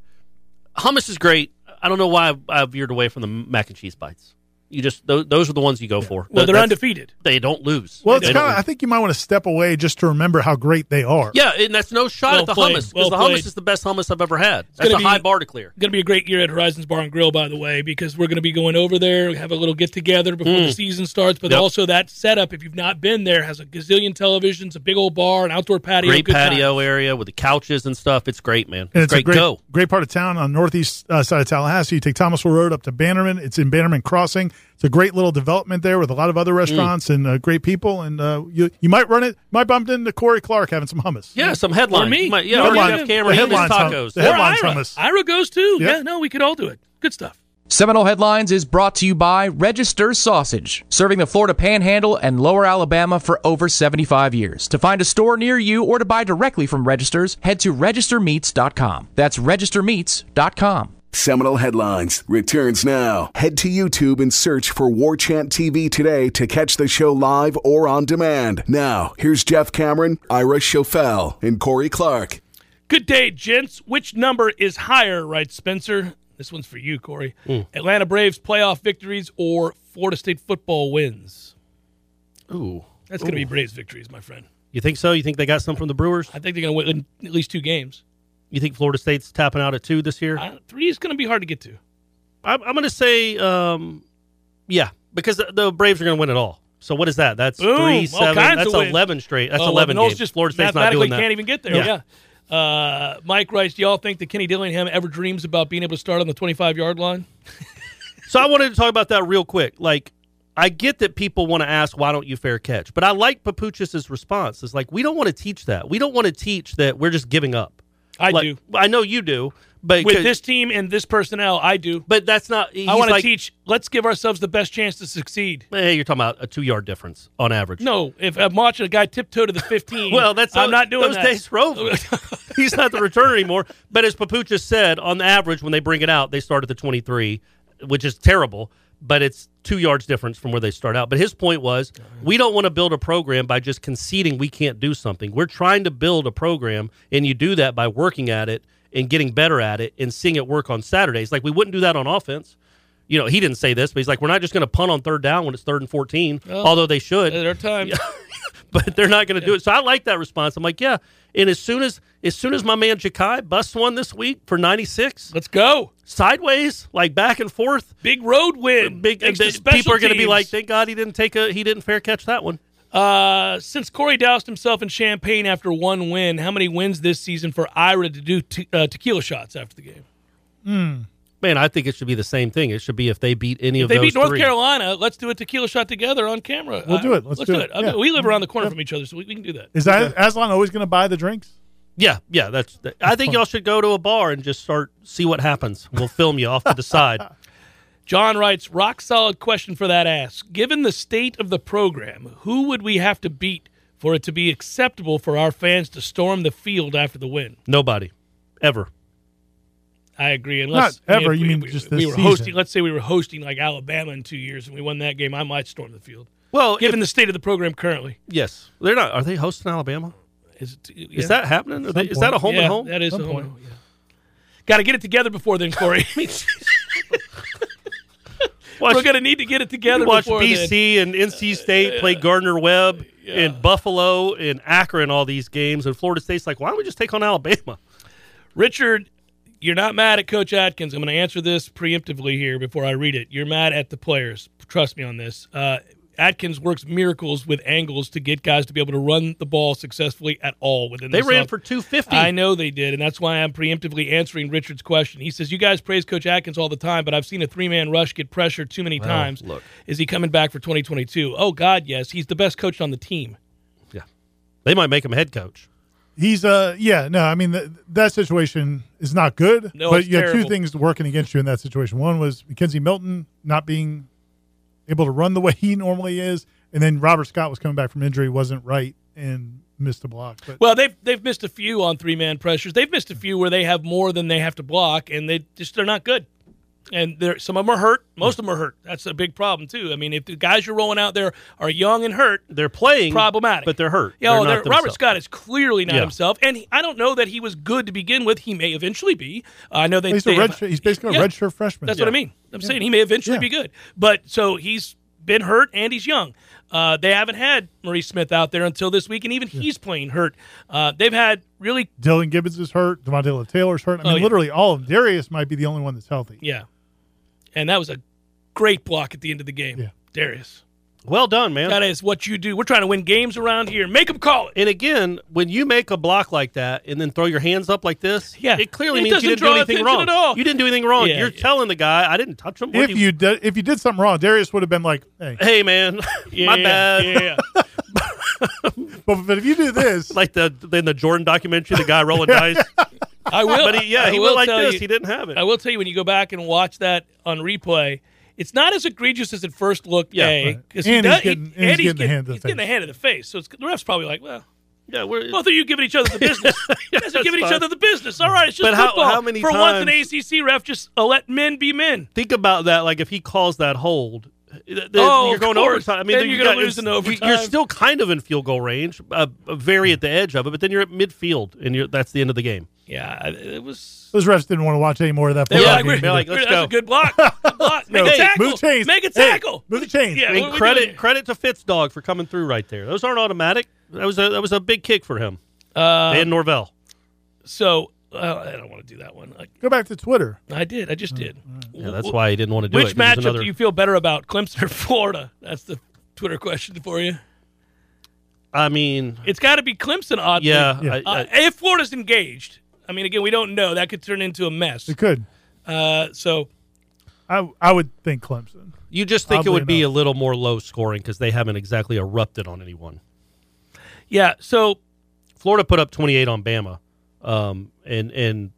hummus is great. I don't know why I, I veered away from the mac and cheese bites. You just those, those are the ones you go for.
Well,
Th-
they're
that's-
undefeated.
They don't lose.
Well,
They
it's kind
don't
of.
lose.
I think you might want to step away just to remember how great they are.
Yeah, and that's no shot
Well
at the
played.
hummus because
Well
the
played.
hummus is the best hummus I've ever had. That's a
gonna be-
high bar to clear.
going to be a great year at Horizons Bar and Grill, by the way, because we're going to be going over there, have a little get together before the season starts. But
Mm. Yep.
also that setup, if you've not been there, has a gazillion televisions, a big old bar, an outdoor patio,
Great
good time.
patio area with the couches and stuff. It's great, man.
And it's
great.
a great,
Go.
great part of town on northeast uh, side of Tallahassee. You take Thomasville Road up to Bannerman. It's in Bannerman Crossing. It's a great little development there with a lot of
Mm.
other restaurants and uh, great people. And uh, you you might run it. Might bump into Corey Clark having some hummus.
Yeah, some headlines.
Mm. me.
You might- yeah,
The
or
headlines-
Jeff Cameron,
the
him and his
headlines, huh?
tacos.
The
Or
Headline
Ira.
hummus.
Ira goes too.
Yeah.
Yeah, no, we could all do it. Good stuff.
Seminole Headlines is brought to you by Register Sausage, serving the Florida Panhandle and Lower Alabama for over 75 years. To find a store near you or to buy directly from Registers, head to registermeats.com. That's registermeats.com.
Seminole Headlines returns now. Head to YouTube and search for War Chant TV today to catch the show live or on demand. Now, here's Jeff Cameron, Ira Schofel, and Corey Clark.
Good day, gents. Which number is higher, right, Spencer? This one's for you, Corey.
Hmm.
Atlanta Braves playoff victories or Florida State football wins?
Ooh.
That's going to be Braves victories, my friend.
You think so? You think they got some from the Brewers?
I think they're going to win at least two games.
You think Florida State's tapping out at two this year?
Uh, three is going to be hard to get to.
I'm, I'm going to say, um, yeah, because the, the Braves are going to win it all. So what is that? That's
Boom. All
three, seven.
kinds
That's
of wins.
eleven straight. That's
Oh, well,
eleven.
Knowles
games.
just
Florida State's not
mathematically
doing that.
can't even get there. Yeah.
Yeah.
Uh, Mike writes, do y'all think that Kenny Dillingham ever dreams about being able to start on the 25 yard line?
So I wanted to talk about that real quick. Like, I get that people want to ask, why don't you fair catch? But I like Papuchas' response. It's like, we don't want to teach that. We don't want to teach that we're just giving up.
I
Like,
do.
I know you do. But
With this team and this personnel, I do.
but that's not. he's
I want
like,
to teach, let's give ourselves the best chance to succeed.
Hey, you're talking about a two yard difference on average.
No, if I'm watching a guy tiptoe to the 15,
Well, that's
I'm not doing
those
that.
days are over. He's not the returner anymore. But as Papucha said, on average, when they bring it out, they start at the 23, which is terrible. But it's two yards difference from where they start out. But his point was, we don't want to build a program by just conceding we can't do something. We're trying to build a program, and you do that by working at it and getting better at it and seeing it work on Saturdays. Like we wouldn't do that on offense. You know, he didn't say this, but he's like, we're not just going to punt on third down when it's third and 14, although they should
There are times.
but they're not going to do it. So I like that response. I'm like, yeah. And as soon as as soon as my man Jakai busts one this week for 96
Let's go.
sideways, like back and forth,
Big road win.
big.
Thanks to
the-
special
people are going to be
teams.
like, thank God he didn't take a he didn't fair catch that one.
Uh, since Corey doused himself in champagne after one win, how many wins this season for Ira to do te- uh, tequila shots after the game?
Man, I think it should be the same thing. It should be if they beat any
If
of
they
those
beat North
three.
Carolina, let's do a tequila shot together on camera.
We'll
I-
do it. Let's do
do
it.
it. I'll
Yeah.
do it. We live around the corner from each other, so we, we can do that.
Is that Aslan always going to buy the drinks?
Yeah, yeah, that's. That, I think y'all should go to a bar and just start see what happens. We'll film you off to the side.
John writes, rock solid question for that ass. Given the state of the program, who would we have to beat for it to be acceptable for our fans to storm the field after the win?
Nobody, ever.
I agree. Unless
Not ever,
if
you
we,
mean
we-
just
we
this
were
season.
hosting. Let's say we were hosting like Alabama in two years, and we won that game. I might storm the field.
Well,
Given the state of the program currently,
yes, they're not. Are they hosting Alabama?
is it,
Is that happening? Are they- is that a home
yeah,
and home?
That is a
Some
home.
point.
and home, Yeah. Got to get it together before then, Corey.
Watch-
we're gonna need to get it together.
You watch
before then. Uh,
BC and NC State play Gardner Webb and Buffalo and Akron all these games, and Florida State's like, why don't we just take on Alabama?
Richard, you're not mad at Coach Atkins. I'm going to answer this preemptively here before I read it. You're mad at the players. Trust me on this. Uh, Atkins works miracles with angles to get guys to be able to run the ball successfully at all within.
They
this
ran
off-
for 250.
I know they did, and that's why I'm preemptively answering Richard's question. He says, "You guys praise Coach Atkins all the time, but I've seen a three-man rush get pressured too many times.
look.
Is he coming back for 2022? Oh God, yes. He's the best coach on the team.
They might make him head coach.
He's uh yeah no I mean th- that situation is not good.
No,
but
it's
you have two
terrible.
things working against you in that situation. One was Mackenzie Milton not being able to run the way he normally is, and then Robert Scott was coming back from injury, wasn't right, and missed a block. But
Well, they've they've missed a few on three man pressures. They've missed a few where they have more than they have to block, and they just they're not good. And they're, some of them are hurt. Most of them are hurt. That's a big problem too. I mean, if the guys you're rolling out there are young and hurt,
They're playing
problematic.
but they're hurt.
Yeah,
They're
well,
not
they're- Robert
themselves.
Scott is clearly not
Yeah.
himself, and he, I don't know that he was good to begin with. He may eventually be. I know they.
he's a
they
red
have-
shirt- he's basically
Yeah.
a redshirt freshman.
That's what I mean. I'm saying he may eventually
Yeah.
be good, but so he's been hurt and he's young. Uh, they haven't had Maurice Smith out there until this week, and even he's playing hurt. Uh, they've had really
Dylan Gibbons is hurt. Devontae Taylor's hurt. I mean,
Oh, yeah.
literally all of them. Darius might be the only one that's healthy.
yeah, and that was a great block at the end of the game,
Yeah.
Darius.
Well done, man.
That is what you do. We're trying to win games around here. Make them call it.
And again, when you make a block like that and then throw your hands up like this,
Yeah.
it clearly
It
means you
doesn't
didn't do
draw
anything
attention
wrong.
at all.
You didn't do anything wrong.
Yeah,
You're
yeah.
telling the guy, I didn't touch him. What
If
do
you, did, if you did something wrong, Darius would have been like, "Hey,"
hey man, my
Yeah,
bad.
Yeah,
but, but if you do this,
Like the in the Jordan documentary, the guy rolling dice.
I will.
But he, yeah,
I
he
will
went like
tell
this.
you-
He didn't have it.
I will tell you when you go back and watch that on replay, it's not as egregious as at first look.
Yeah,
A,
right.
'cause
And he's
does-
getting- and he's getting the hand of the
he's getting
face.
hand of the face. So it's, the ref's probably like, well,
yeah, we're,
both of you giving each other the business. You guys are
that's
giving each
fine.
other the business. All right, it's just
But how-
football.
how many
For once, an
times-
ACC ref just uh, let men be men.
think about that. Like if he calls that hold, th- th-
Oh,
you're
of
going
course.
overtime. I mean,
Then
you
you're gonna
got-
lose in
it's-
overtime.
You're still kind of in field goal range, uh, uh, very at the edge of it, but then you're at midfield, and you're that's the end of the game.
Yeah, it was.
those refs didn't want to watch any more of that.
They were
football
like,
game
we're, we're-
they're like,
either.
let's
that's
go.
a good block. Good block. Make
Hey,
a tackle.
move the chains.
Make a
Hey,
tackle.
move the chains.
Yeah,
I mean,
what are we
credit
doing?
credit to Fitzdog for coming through right there. Those aren't automatic. That was a that was a big kick for him
Uh,
and Norvell.
so uh, I don't want to do that one. Like,
Go back to Twitter.
I did. I just did.
Yeah, that's why he didn't want to do
Which
it. It was
matchup
another-
do you feel better about, Clemson or Florida? That's the Twitter question for you.
I mean,
It's got to be Clemson, oddly.
yeah, I-
Uh,
I-
if Florida's engaged, I mean, again, we don't know. That could turn into a mess.
It could.
Uh, so
I I would think Clemson.
you just think it
Oddly
would be a
enough.
little more low scoring because they haven't exactly erupted on anyone.
yeah, so
Florida put up 28 on Bama, um, and and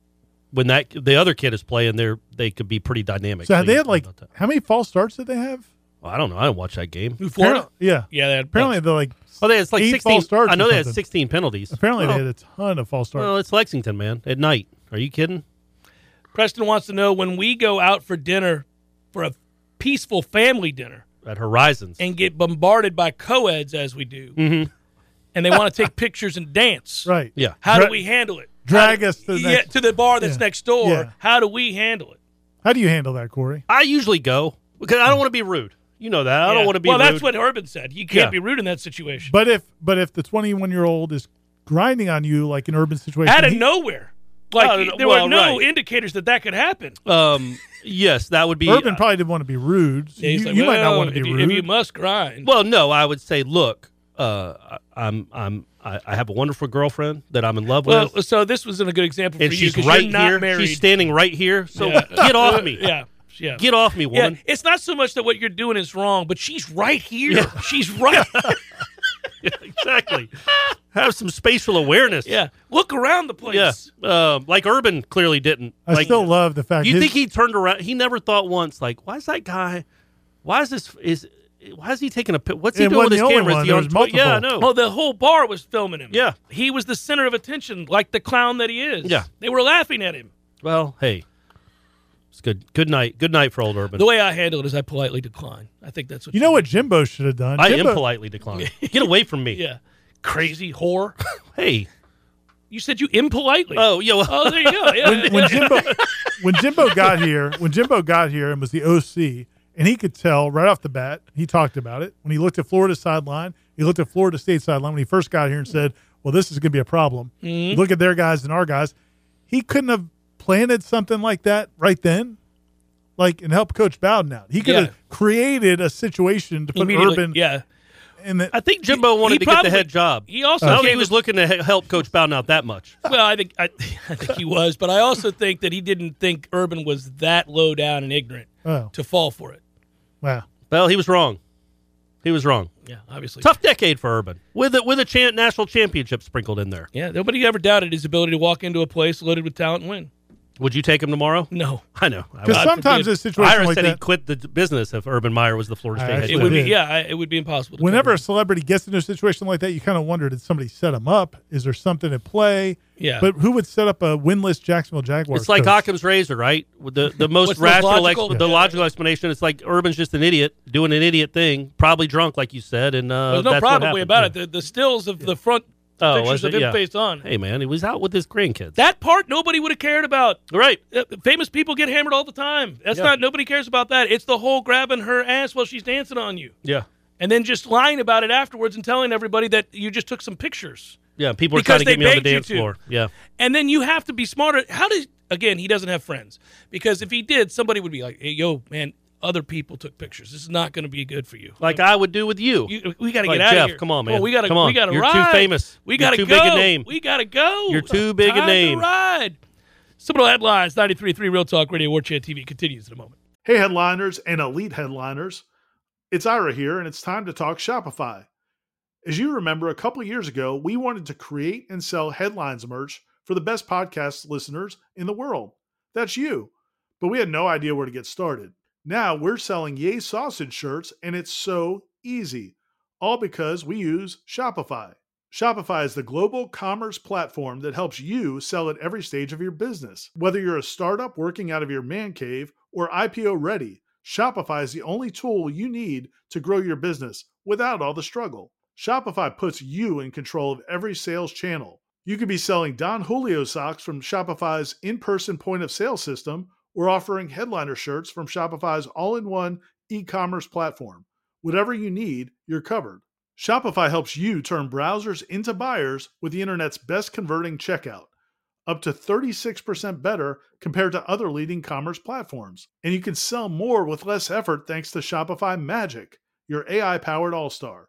when that the other kid is playing, they they could be pretty dynamic.
So they
you
had like
don't know about
how many false starts did they have?
that. I don't know. I didn't watch that game.
Florida.
Yeah.
Yeah, they had
Apparently they like
Oh, they had like
Eight
16.
false starts
I know
or
they had
something.
16 penalties.
apparently
well,
they had a ton of false starts.
well, it's Lexington, man. At night, are you kidding?
Preston wants to know when we go out for dinner for a peaceful family dinner
At Horizons.
and get bombarded by co-eds as we do, and they want to take pictures and dance.
Mm-hmm. right.
yeah.
How
Dra-
do we handle it?
drag
How do-
us to the
yeah,
next-
to the bar that's
yeah.
next door.
Yeah.
How do we handle it?
How do you handle that, Corey?
I usually go because I don't want to be rude. You know that. I
Yeah.
don't want to be
Well,
rude.
that's what Urban said. You can't
Yeah.
be rude in that situation.
But if but if the twenty one year old is grinding on you like an urban situation,
out of
he-
nowhere. Like
Out of-
there
well,
were no
right.
indicators that that could happen.
Um, yes, that would be. uh,
Urban probably didn't want to be rude. So
Yeah, he's
you
like,
you might not
well,
want to be
if you,
rude.
If you must grind,
well, no, I would say, look, uh, I- I'm, I'm, I, I have a wonderful girlfriend that I'm in love
Well,
with,
so this wasn't a good example
and
for you
she's
because
right
you're not
here.
married.
She's standing right here. So
Yeah.
get off me.
yeah, yeah.
Get off me,
yeah,
woman.
it's not so much that what you're doing is wrong, but she's right here. She's right.
exactly. Have some spatial awareness.
yeah, look around the place.
Yeah. Um, like Urban clearly didn't.
I
like,
still love the fact
You
his-
think he turned around? He never thought once, like, why is that guy? Why is this? Is why is he taking a? pi- What's he
It
doing with
wasn't
his
the only
camera? Is
one.
he
There
on
was
Twitter? Yeah, I know.
multiple.
Oh, the whole bar was filming him.
Yeah.
he was the center of attention, like the clown that he is.
Yeah.
they were laughing at him.
Well, hey, it's good. Good night. Good night for old Urban.
The way I handle it is I politely decline. I think that's what
you know what Jimbo should have done.
I
Jimbo,
impolitely declined. Get away from me.
Yeah, crazy whore.
Hey.
You said you impolitely.
Oh, yo.
oh, there you go. Yeah.
when, when Jimbo when Jimbo got here, when Jimbo got here and was the OC, and he could tell right off the bat, he talked about it. When he looked at Florida's sideline, he looked at Florida State sideline when he first got here and said, "Well, this is going to be a problem.
Mm-hmm.
Look at their guys and our guys." He couldn't have planted something like that right then, like and help Coach Bowden out. He could
Yeah.
have created a situation to put
Immediately,
Urban
Yeah.
in the.
I think Jimbo wanted
he
to
probably-
get the head job.
he also
I don't think
gave
he was
us-
looking to he- help Coach Bowden out that much.
Well, I think I, I think he was, but I also think that he didn't think Urban was that low down and ignorant
Oh
to fall for it.
wow!
Well, he was wrong. He was wrong.
Yeah, obviously.
Tough decade for Urban with a, with a chan- national championship sprinkled in there.
Yeah, nobody ever doubted his ability to walk into a place loaded with talent and win.
Would you take him tomorrow?
No,
I know. I
Because
would.
forbid.
sometimes this situation
Ira
like
said
that.
he'd quit the d- business if Urban Meyer was the Florida
I
State head
actually
it
coach.
would be.
did.
Yeah, I, it would be impossible. To
whenever a
cover it.
celebrity gets into a situation like that, you kind of wonder did somebody set him up? Is there something at play?
Yeah.
But who would set up a winless Jacksonville Jaguars?
It's like
coach?
Occam's razor, right? With The the
What's
most
the
rational, ex-
logical-
the
Yeah.
logical explanation. It's like Urban's just an idiot doing an idiot thing, probably drunk, like you said, and uh,
there's no
that's what
probably
happened.
about it. The, the stills of the front
Oh,
pictures
was
of
it?
him
Yeah.
face on
Hey man, he was out with his grandkids.
that part, nobody would have cared about.
right.
Uh, Famous people get hammered all the time. That's
Yeah.
not nobody cares about that. It's the whole grabbing her ass while she's dancing on you,
Yeah.
and then just lying about it afterwards and telling everybody that you just took some pictures.
Yeah. People are
Because
trying to
they
get me on the
begged you
dance
to.
floor. Yeah.
And then you have to be smarter. How does again? He doesn't have friends because if he did, somebody would be like, "Hey, yo, man, other people took pictures. This is not going to be good for you."
Like I would do with you.
You- we got to
Like,
get out
Jeff,
of here.
come on, man.
we got to.
Come on.
We got to
You're too
ride.
famous.
We
You're
got to
too
go.
big a name.
We got to go.
You're too big a
Time
name.
To ride. Seminole headlines. 93.3 Real Talk Radio. War Chant TV continues in a moment.
Hey, headliners and elite headliners. It's Ira here, and it's time to talk Shopify. As you remember, a couple years ago, we wanted to create and sell headlines merch for the best podcast listeners in the world. That's you. But we had no idea where to get started. Now we're selling Yay Sausage shirts, and it's so easy, all because we use Shopify. Shopify is the global commerce platform that helps you sell at every stage of your business. Whether you're a startup working out of your man cave or IPO ready, Shopify is the only tool you need to grow your business without all the struggle. Shopify puts you in control of every sales channel. You could be selling Don Julio socks from Shopify's in person point of sale system or offering headliner shirts from Shopify's all in one e commerce platform. Whatever you need, you're covered. Shopify helps you turn browsers into buyers with the internet's best converting checkout, up to 36% better compared to other leading commerce platforms. And you can sell more with less effort thanks to Shopify Magic, your AI powered all star.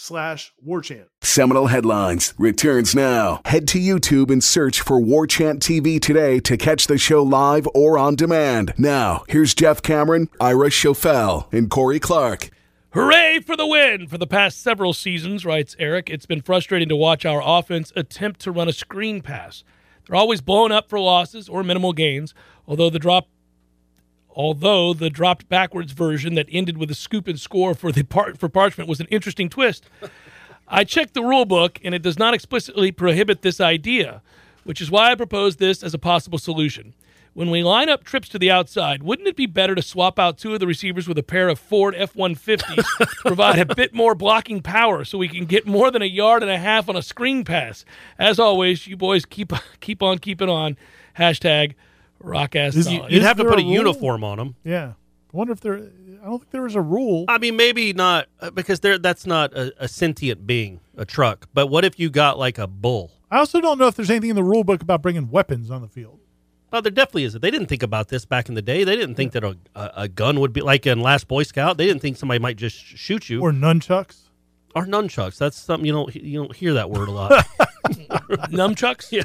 slash warchant.
Seminal Headlines returns now. Head to YouTube and search for War Chant TV today to catch the show live or on demand. Now, here's Jeff Cameron, Ira Schofel, and Corey Clark.
Hooray for the win! For the past several seasons, writes Eric, it's been frustrating to watch our offense attempt to run a screen pass. They're always blown up for losses or minimal gains, although the drop although the dropped backwards version that ended with a scoop and score for the par- for parchment was an interesting twist. I checked the rule book and it does not explicitly prohibit this idea, which is why I propose this as a possible solution. When we line up trips to the outside, wouldn't it be better to swap out two of the receivers with a pair of Ford F 150s to provide a bit more blocking power so we can get more than a yard and a half on a screen pass? As always, you boys keep keep on keeping on. Hashtag rock ass
Is-
solid.
You'd
Is
have to
there
put a
a rule?
uniform on them.
Yeah. I wonder if there. I don't think there was a rule.
I mean, maybe not uh, because they're, that's not a, a sentient being, a truck. But what if you got like a bull?
I also don't know if there's anything in the rule book about bringing weapons on the field.
Well, there definitely isn't. They didn't think about this back in the day. They didn't think that a, a, a gun would be like in Last Boy Scout. They didn't think somebody might just sh- shoot you or,
Or nunchucks.
nunchucks. That's something you don't you don't hear that word a lot.
Numchucks? Yeah.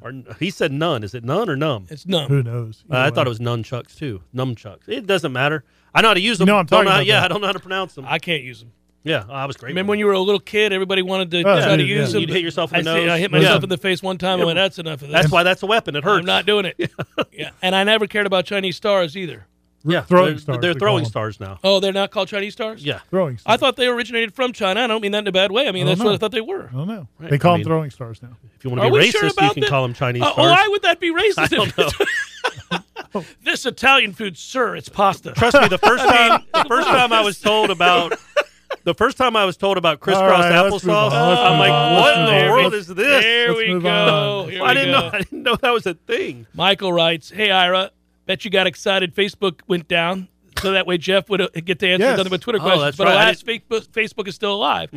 or, he said none. Is it none or numb?
It's numb.
Who knows?
Uh, I thought it was nunchucks too. Numchucks. It doesn't matter. I know how to use them.
know what I'm
Don't
talking
know how-
about
Yeah,
that.
I don't know how to pronounce them.
I can't use them.
yeah, oh, I was great.
Remember when you were a little kid, everybody wanted to
Oh,
try to
yeah.
use them.
You'd hit yourself in the
I see-
nose.
I hit myself
Yeah.
in the face one time. I went, "That's enough of this.
That's why that's a weapon. It hurts.
I'm not doing it." yeah. And I never cared about Chinese stars either.
yeah,
throwing
they're,
stars,
They're
we
throwing
call 'em.
stars now.
Oh, they're not called Chinese stars.
Yeah.
throwing
I
stars.
thought they originated from China. I don't mean that in a bad way. I mean
I
that's
don't
what I
know.
thought they were.
I don't know.
Right,
They call
I
them
mean-
throwing stars now.
If you want
Are
to be
we
racist,
sure
you
about
can
that?
call them Chinese
Uh,
stars.
why would that be racist?
oh, I don't know.
this Italian food, sir, it's pasta.
Trust me, the first time the first time I was told about the first time I was told about crisscross
right, let's move
applesauce, uh,
on. Let's
I'm
move
like,
on.
what
Let's
in
move
the
on.
world
Let's-
is this?
There
Uh, Let's
we
move
go.
on.
Here
I
we
didn't
go.
know I didn't know that was a thing.
Michael writes, "Hey Ira, bet you got excited. Facebook went down, so that way Jeff would uh, get to answer
Yes.
nothing but Twitter
Oh,
questions.
that's
But
right. I
alas, Facebook, Facebook is still alive.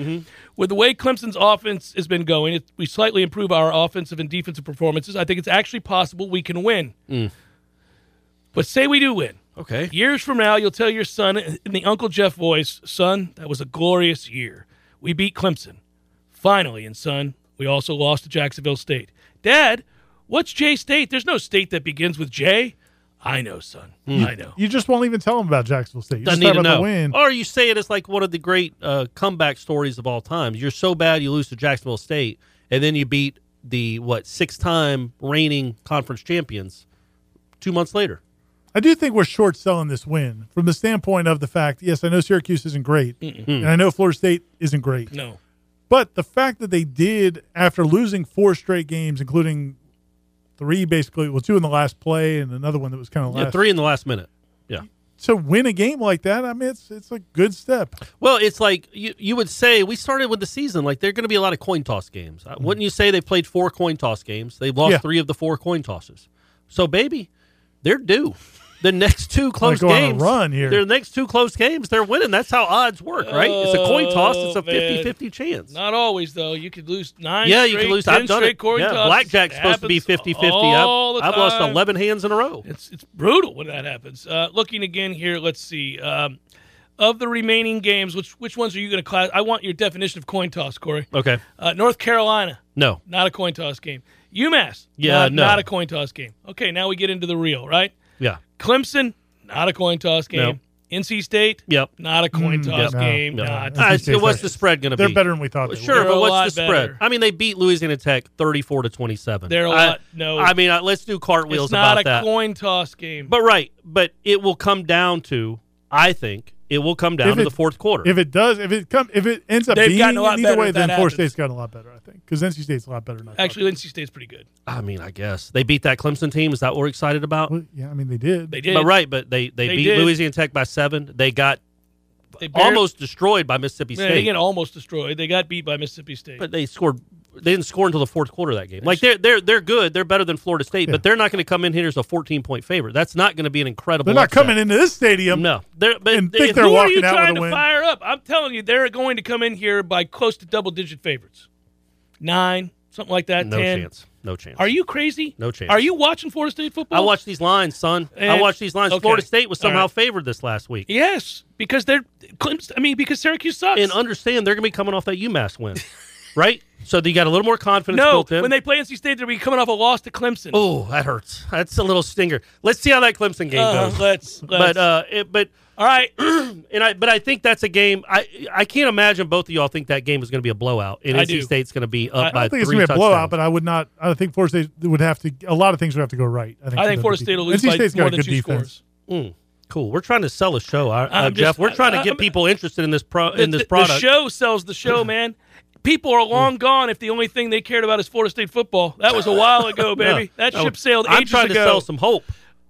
With the way Clemson's offense has been going, it, we slightly improve our offensive and defensive performances. I think it's actually possible we can win. But say we do win."
Okay.
Years from now, you'll tell your son in the Uncle Jeff voice, son, that was a glorious year. We beat Clemson. Finally, and son, we also lost to Jacksonville State. Dad, what's J State? There's no state that begins with J. I know, son.
Hmm.
I know.
You just won't even tell them about Jacksonville State. You
Doesn't
just
need
talk
to
about
know.
the win.
Or you say it as like one of the great uh, comeback stories of all time. You're so bad you lose to Jacksonville State, and then you beat the what six time reigning conference champions two months later.
I do think we're short selling this win from the standpoint of the fact. Yes, I know Syracuse isn't great, and I know Florida State isn't great.
No.
But the fact that they did after losing four straight games, including three basically, well, two in the last play and another one that was kind of last.
Yeah, three in the last minute. Yeah.
To win a game like that, I mean, it's it's a good step.
Well, it's like you, you would say we started with the season. Like there are going to be a lot of coin toss games. Uh Wouldn't you say they played four coin toss games? They lost
Yeah.
three of the four coin tosses. So baby, they're due. The next two close
go on a
games,
run here.
Their next two close games, they're winning. That's how odds work, right? it's a coin toss. It's a
Oh, man.
50-50 chance.
Not always, though. You could lose nine
yeah,
straight,
you can lose.
10
I've done
straight
it.
coin
Yeah,
tosses.
blackjack's
It
supposed to be
happens
50-50.
all
I've,
the
I've lost
time.
eleven hands in a row.
It's it's brutal when that happens. Uh, looking again here, let's see. Um, of the remaining games, which which ones are you going to class? I want your definition of coin toss, Corey.
Okay.
Uh, North Carolina,
No.
not a coin toss game. UMass,
Yeah,
not,
no.
not a coin toss game. Okay, now we get into the real, right?
Yeah.
Clemson, not a coin toss game. NC State,
Yep.
not a coin toss
no,
game.
Mm, No.
Nah,
Uh, so what's the spread going to be?
They're better than we thought. They
Sure,
They're a
but
lot
what's the
better.
spread? I mean, they beat Louisiana Tech thirty-four to twenty-seven.
They're a
I-
lot- no.
I mean, I, let's do cartwheels
it's not
about
a
that.
coin toss game.
but right, but it will come down to. I think it will come down
If
to
it-
the fourth quarter.
If it does, if it come, if it ends up
They've
being
gotten a lot
in either
better
way,
if that
then Florida
happens.
State's gotten a lot better, I think, because NC State's a lot better. Than I thought.
Actually, NC State's pretty good.
I mean, I guess they beat that Clemson team. Is that what we're excited about?
Well, yeah, I mean they did.
They did.
But right, but they they,
They
beat
did.
Louisiana Tech by seven. They got
They barely-
almost destroyed by Mississippi
Yeah,
State.
they get almost destroyed. They got beat by Mississippi State.
but they scored. They didn't score until the fourth quarter of that game. Like they're they're they're good. They're better than Florida State, but they're not going to come in here as a fourteen point favorite. That's not going to be an incredible.
They're not
upset.
coming into this stadium.
No, they're, but
And
they-
think they're
Who are
walking
you
out with
trying
a
to
win.
fire up? I'm telling you, they're going to come in here by close to double digit favorites. Nine, something like that.
no
ten.
chance. No chance.
Are you crazy?
No chance.
Are you watching Florida State football?
I watched these lines, son. I
And-
watched these lines.
okay.
Florida State was
All
somehow
right.
favored this last week.
Yes, because they're. Clemson- I mean, because Syracuse sucks.
And understand they're going to be coming off that UMass win, right? So you got a little more confidence
no,
built in.
when they play NC State, they'll be coming off a loss to Clemson. Uh,
oh, that hurts. That's a little stinger. Let's see how that Clemson game
Uh,
goes.
let's, let's.
But uh, it, but
all right.
and I but I think that's a game. I I can't imagine both of y'all think that game is going to be a blowout. And
I
NC
do.
State's going to be up
I- I
by
I think it's
three
gonna be a blowout,
touchdowns.
but I would not. I think Florida State would have to. A lot of things would have to go right. I think,
I think
for them
Florida
to
State will
beat-
lose
NC
by
State's got
more
a
than
good
two
defense.
scores.
Mm, cool. We're trying to sell a show, I, uh,
I'm
Jeff.
just-
We're trying to
I-
get
I'm-
people interested in this pro in
The- the-
this
the,
product. Mm.
show sells the show, man. People are long gone if the only thing they cared about is Florida State football. That was a while ago, baby.
Yeah.
That
No,
ship sailed
I'm
ages
trying
ago.
to sell some hope.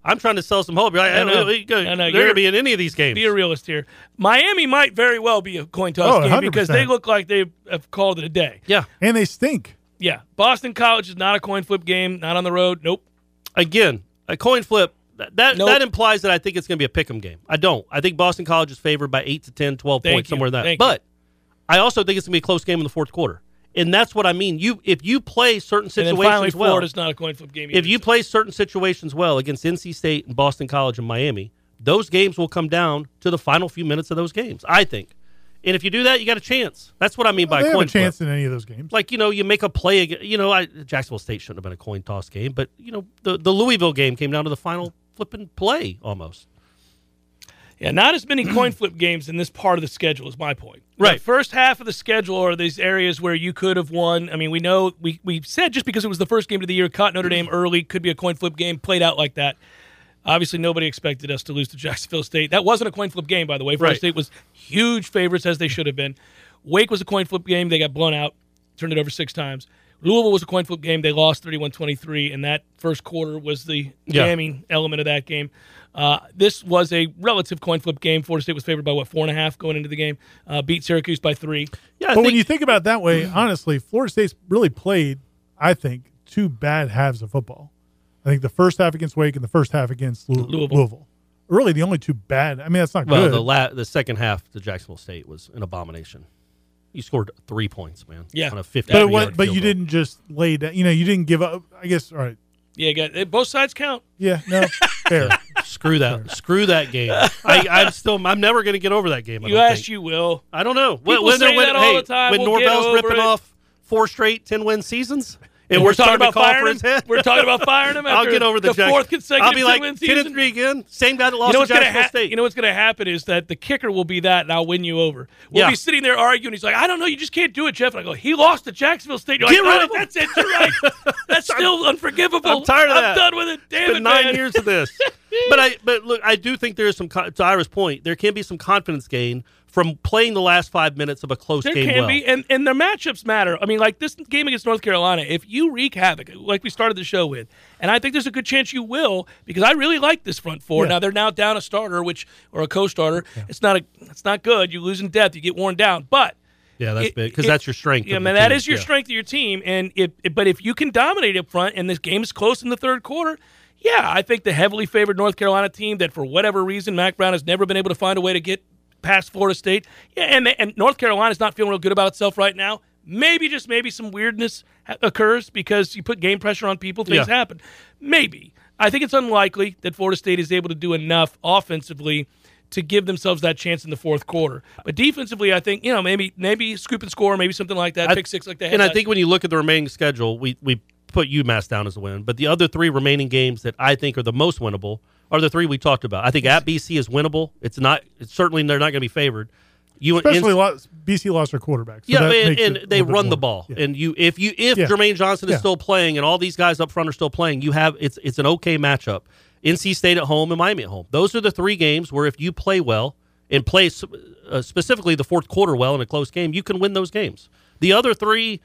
I'm trying to sell some hope. I, I,
I know.
you go-
I know.
They're
You're-
going to be in any of these games.
Be a realist here. Miami might very well be a coin toss
Oh,
game because
100%.
they look like they have called it a day.
yeah.
and they stink.
Yeah, Boston College is not a coin flip game. Not on the road. Nope.
Again, a coin flip. That that,
Nope.
that implies that I think it's going to be a pick'em game. I don't. I think Boston College is favored by 8 to 10, 12
Thank
points
you.
somewhere in that.
Thank you.
but I also think it's going to be a close game in the fourth quarter. And that's what I mean. You if you play certain
And then
situations
finally,
well,
Florida's not a coin flip game.
if
either.
you play certain situations well against NC State and Boston College and Miami, those games will come down to the final few minutes of those games, I think. And if you do that, you got a chance. That's what I mean by
they have
coin
a chance
flip.
in any of those games.
Like you know, you make a play. ag- You know, I, Jacksonville State shouldn't have been a coin toss game, but you know, the the Louisville game came down to the final flipping play almost.
Yeah, not as many coin flip games in this part of the schedule is my point.
Right.
The first half of the schedule are these areas where you could have won. I mean, we know we, we said just because it was the first game of the year, caught Notre Dame early, could be a coin flip game, played out like that. Obviously, nobody expected us to lose to Jacksonville State. That wasn't a coin flip game, by the way. Florida
Right.
State was huge favorites as they should have been. Wake was a coin flip game. They got blown out, turned it over six times. Louisville was a coin flip game. They lost 31 23, and that first quarter was the
Yeah.
damning element of that game. Uh, this was a relative coin flip game. Florida State was favored by, what, four and a half going into the game? Uh, beat Syracuse by three.
Yeah, I
but
think
when you think about it that way, honestly, Florida State's really played, I think, two bad halves of football. I think the first half against Wake and the first half against Lou-
Louisville.
Louisville. Really, the only two bad. I mean, that's not
well,
good.
the la- the second half to Jacksonville State was an abomination. You scored three points, man.
Yeah.
on a
But
fifty.
but what, but you didn't just lay down. You know, you didn't give up. I guess. All right.
Yeah, got, eh, both sides count.
Yeah. No. fair.
Screw that. Screw that game. I, I'm still. I'm never going to get over that game. I
You
don't
asked,
think.
you will.
I don't know.
People say that all the time.
When
We'll get
Norvell's
over
ripping
it.
off four straight ten win seasons, and, we're, starting to call for
firing
his head.
him. We're talking about firing him.
I'll
after
get over the,
the
Jack-
fourth consecutive
I'll be like
two-win
ten
season.
and three again. Same guy that
you know
lost to
what's gonna
Jacksonville
happen?
State.
You know what's gonna happen is that the kicker will be that, and I'll win you over. We'll
Yeah.
be sitting there arguing. He's like, "I don't know, you just can't do it, Jeff." And I go, "He lost to Jacksonville State." You're
Get
like,
rid
"Oh,
of him."
That's it. You're right. That's still unforgivable.
I'm tired of
I'm
that.
done with it. Damn
it's
it,
been nine
man.
years of this. but I, but look, I do think there is some. co- To Ira's point, there can be some confidence gain from playing the last five minutes of a close
There
game.
can
well.
be, and and their matchups matter. I mean, like this game against North Carolina, if you wreak havoc, like we started the show with, and I think there's a good chance you will, because I really like this front four. Now they're now down a starter, which or a co-starter. It's not a, it's not good. You lose in depth, you get worn down, but.
yeah, that's
It-
big because
it-
that's your strength.
Yeah,
of
man,
the
that
team.
is your
Yeah.
strength of your team. And if, if- but if you can dominate up front, and this game is close in the third quarter, yeah, I think the heavily favored North Carolina team that for whatever reason Mac Brown has never been able to find a way to get past Florida State. Yeah, and and North Carolina's not feeling real good about itself right now. Maybe just maybe some weirdness ha- occurs because you put game pressure on people, things
Yeah.
happen. Maybe I think it's unlikely that Florida State is able to do enough offensively to give themselves that chance in the fourth quarter. But defensively, I think you know maybe maybe scoop and score, maybe something like that,
I-
pick six like that.
And I think when you look at the remaining schedule, we we put UMass down as a win, but the other three remaining games that I think are the most winnable are the three we talked about. I think at BC is winnable. It's not. It's certainly they're not going to be favored. You
Especially
and,
lost, BC lost their quarterback. So
yeah,
that
and,
makes
and
it a
they
little bit
run the
more-
ball.
yeah.
And you, if you, if
Yeah.
Jermaine Johnson is
Yeah.
still playing and all these guys up front are still playing, you have it's it's an okay matchup. NC State at home and Miami at home. Those are the three games where if you play well and play s- uh, specifically the fourth quarter well in a close game, you can win those games. The other three,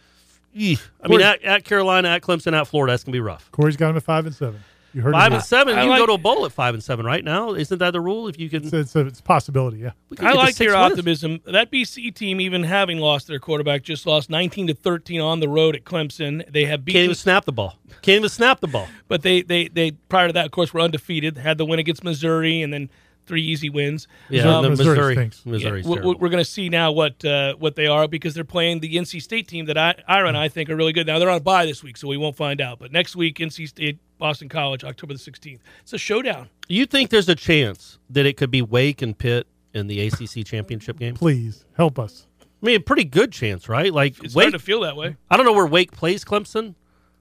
eeh. I mean,
Corey-
at, at Carolina, at Clemson, at Florida, that's gonna be rough.
Corey's got him at five and seven. You heard
Five
him.
and seven,
I
you
like-
can go to a bowl at five and seven right now. Isn't that the rule? If you can,
It's, it's, a, it's a possibility. Yeah.
we can
I
get to
like
six
your
wins.
optimism. That BC team, even having lost their quarterback, just lost 19 to 13 on the road at Clemson. They have
Can't even
beaten,
snap the ball. Can't even snap the ball.
but they, they they prior to that, of course, were undefeated. Had the win against Missouri, and then three easy wins. Um,
Yeah,
Missouri-
the
Missouri
Missouri, Missouri,
stinks.
Yeah, we're- we're going to see now what uh, what they are because they're playing the NC State team that I, Ira and I think are really good. Now they're on a bye this week, so we won't find out. But next week, NC State, Boston College, October the sixteenth. It's a showdown.
You think there's a chance that it could be Wake and Pitt in the ACC championship game? I
Please help us.
mean, a pretty good chance, right? Like
It's
Wake.
starting to feel that way.
I don't know where Wake plays Clemson,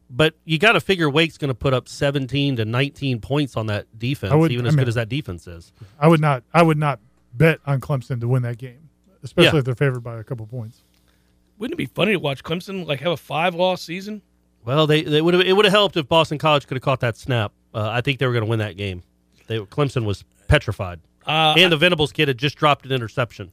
but you got to figure Wake's going to put up 17 to 19 points on that defense,
I would-
even
I
as
mean-
good as that defense is.
I would not. I would not bet on Clemson to win that game, especially
Yeah.
if they're favored by a couple points.
Wouldn't it be funny to watch Clemson like have a five loss season?
Well, they, they would have. It would have helped if Boston College could have caught that snap. Uh, I think they were going to win that game. They Clemson was petrified,
Uh,
and the Venables kid had just dropped an interception.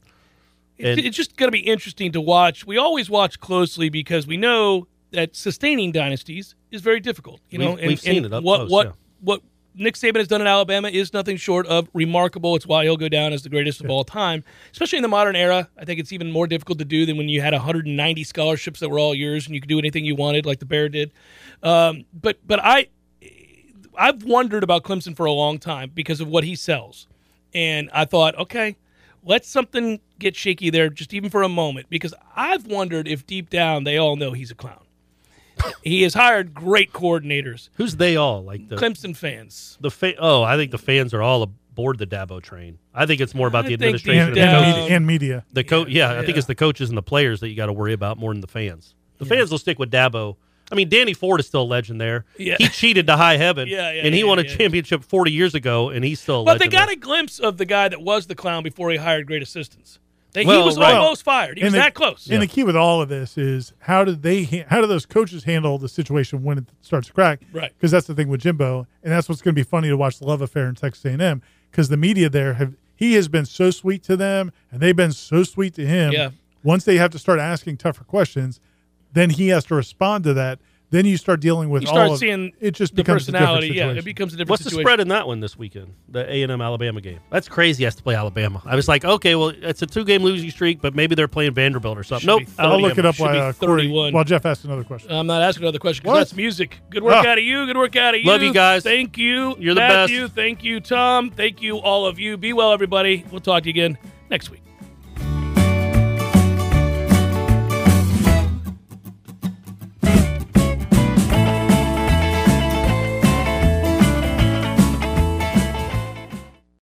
It-
And-
it's just going to be interesting to watch. We always watch closely because we know that sustaining dynasties is very difficult. You know,
We've- we've seen it up
what
close,
what
yeah.
what Nick Saban has done in Alabama is nothing short of remarkable. It's why he'll go down as the greatest of all time, especially in the modern era. I think it's even more difficult to do than when you had 190 scholarships that were all yours and you could do anything you wanted, like the Bear did. Um, but but I I've wondered about Clemson for a long time because of what he sells, and I thought, okay, let something get shaky there, just even for a moment, because I've wondered if deep down they all know he's a clown. he has hired great coordinators.
Who's they all? Like the
Clemson fans.
the fa- oh, I think the fans are all aboard the Dabo train. I think it's more about
I
the
think
administration,
and,
and
deep
the,
down-
coach,
and, media, and media.
the coach. Yeah, I think it's the coaches and the players that you got to worry about more than the fans. The fans will stick with Dabo. I mean, Danny Ford is still a legend there.
Yeah.
He cheated to high heaven,
Yeah, yeah,
and he
yeah,
won a
yeah.
championship 40 years ago, and he's still a
But they
legend.
got
there.
a glimpse of the guy that was the clown before he hired great assistants. They, he
Well,
was
right.
almost fired. He was
And the-
that close.
And the key with all of this is how do they ha- how do those coaches handle the situation when it starts to crack?
Right.
Because that's the thing with Jimbo, and that's what's going to be funny to watch the love affair in Texas A&M because the media there have he has been so sweet to them, and they've been so sweet to him.
Yeah.
Once they have to start asking tougher questions, then he has to respond to that. Then you start dealing with
you
all
start
of
seeing
it. Just
the
becomes a different
personality. Yeah, it
situation.
becomes a different
What's
situation.
the spread in that one this weekend? The A and M Alabama game. That's crazy. Has to play Alabama. I was like, okay, well, it's a two game losing streak, but maybe they're playing Vanderbilt or something.
Should
Nope.
be
I'll
Alabama.
look it up
Should
while,
be
uh, Corey,
31.
while Jeff asks another question.
I'm not asking another question because
What?
that's music. Good work
Ah.
out of you. Good work out of you.
Love you guys.
Thank you.
You're the
Matthew.
best.
Thank you, Tom. Thank you, all of you. Be well, everybody. We'll talk to you again next week.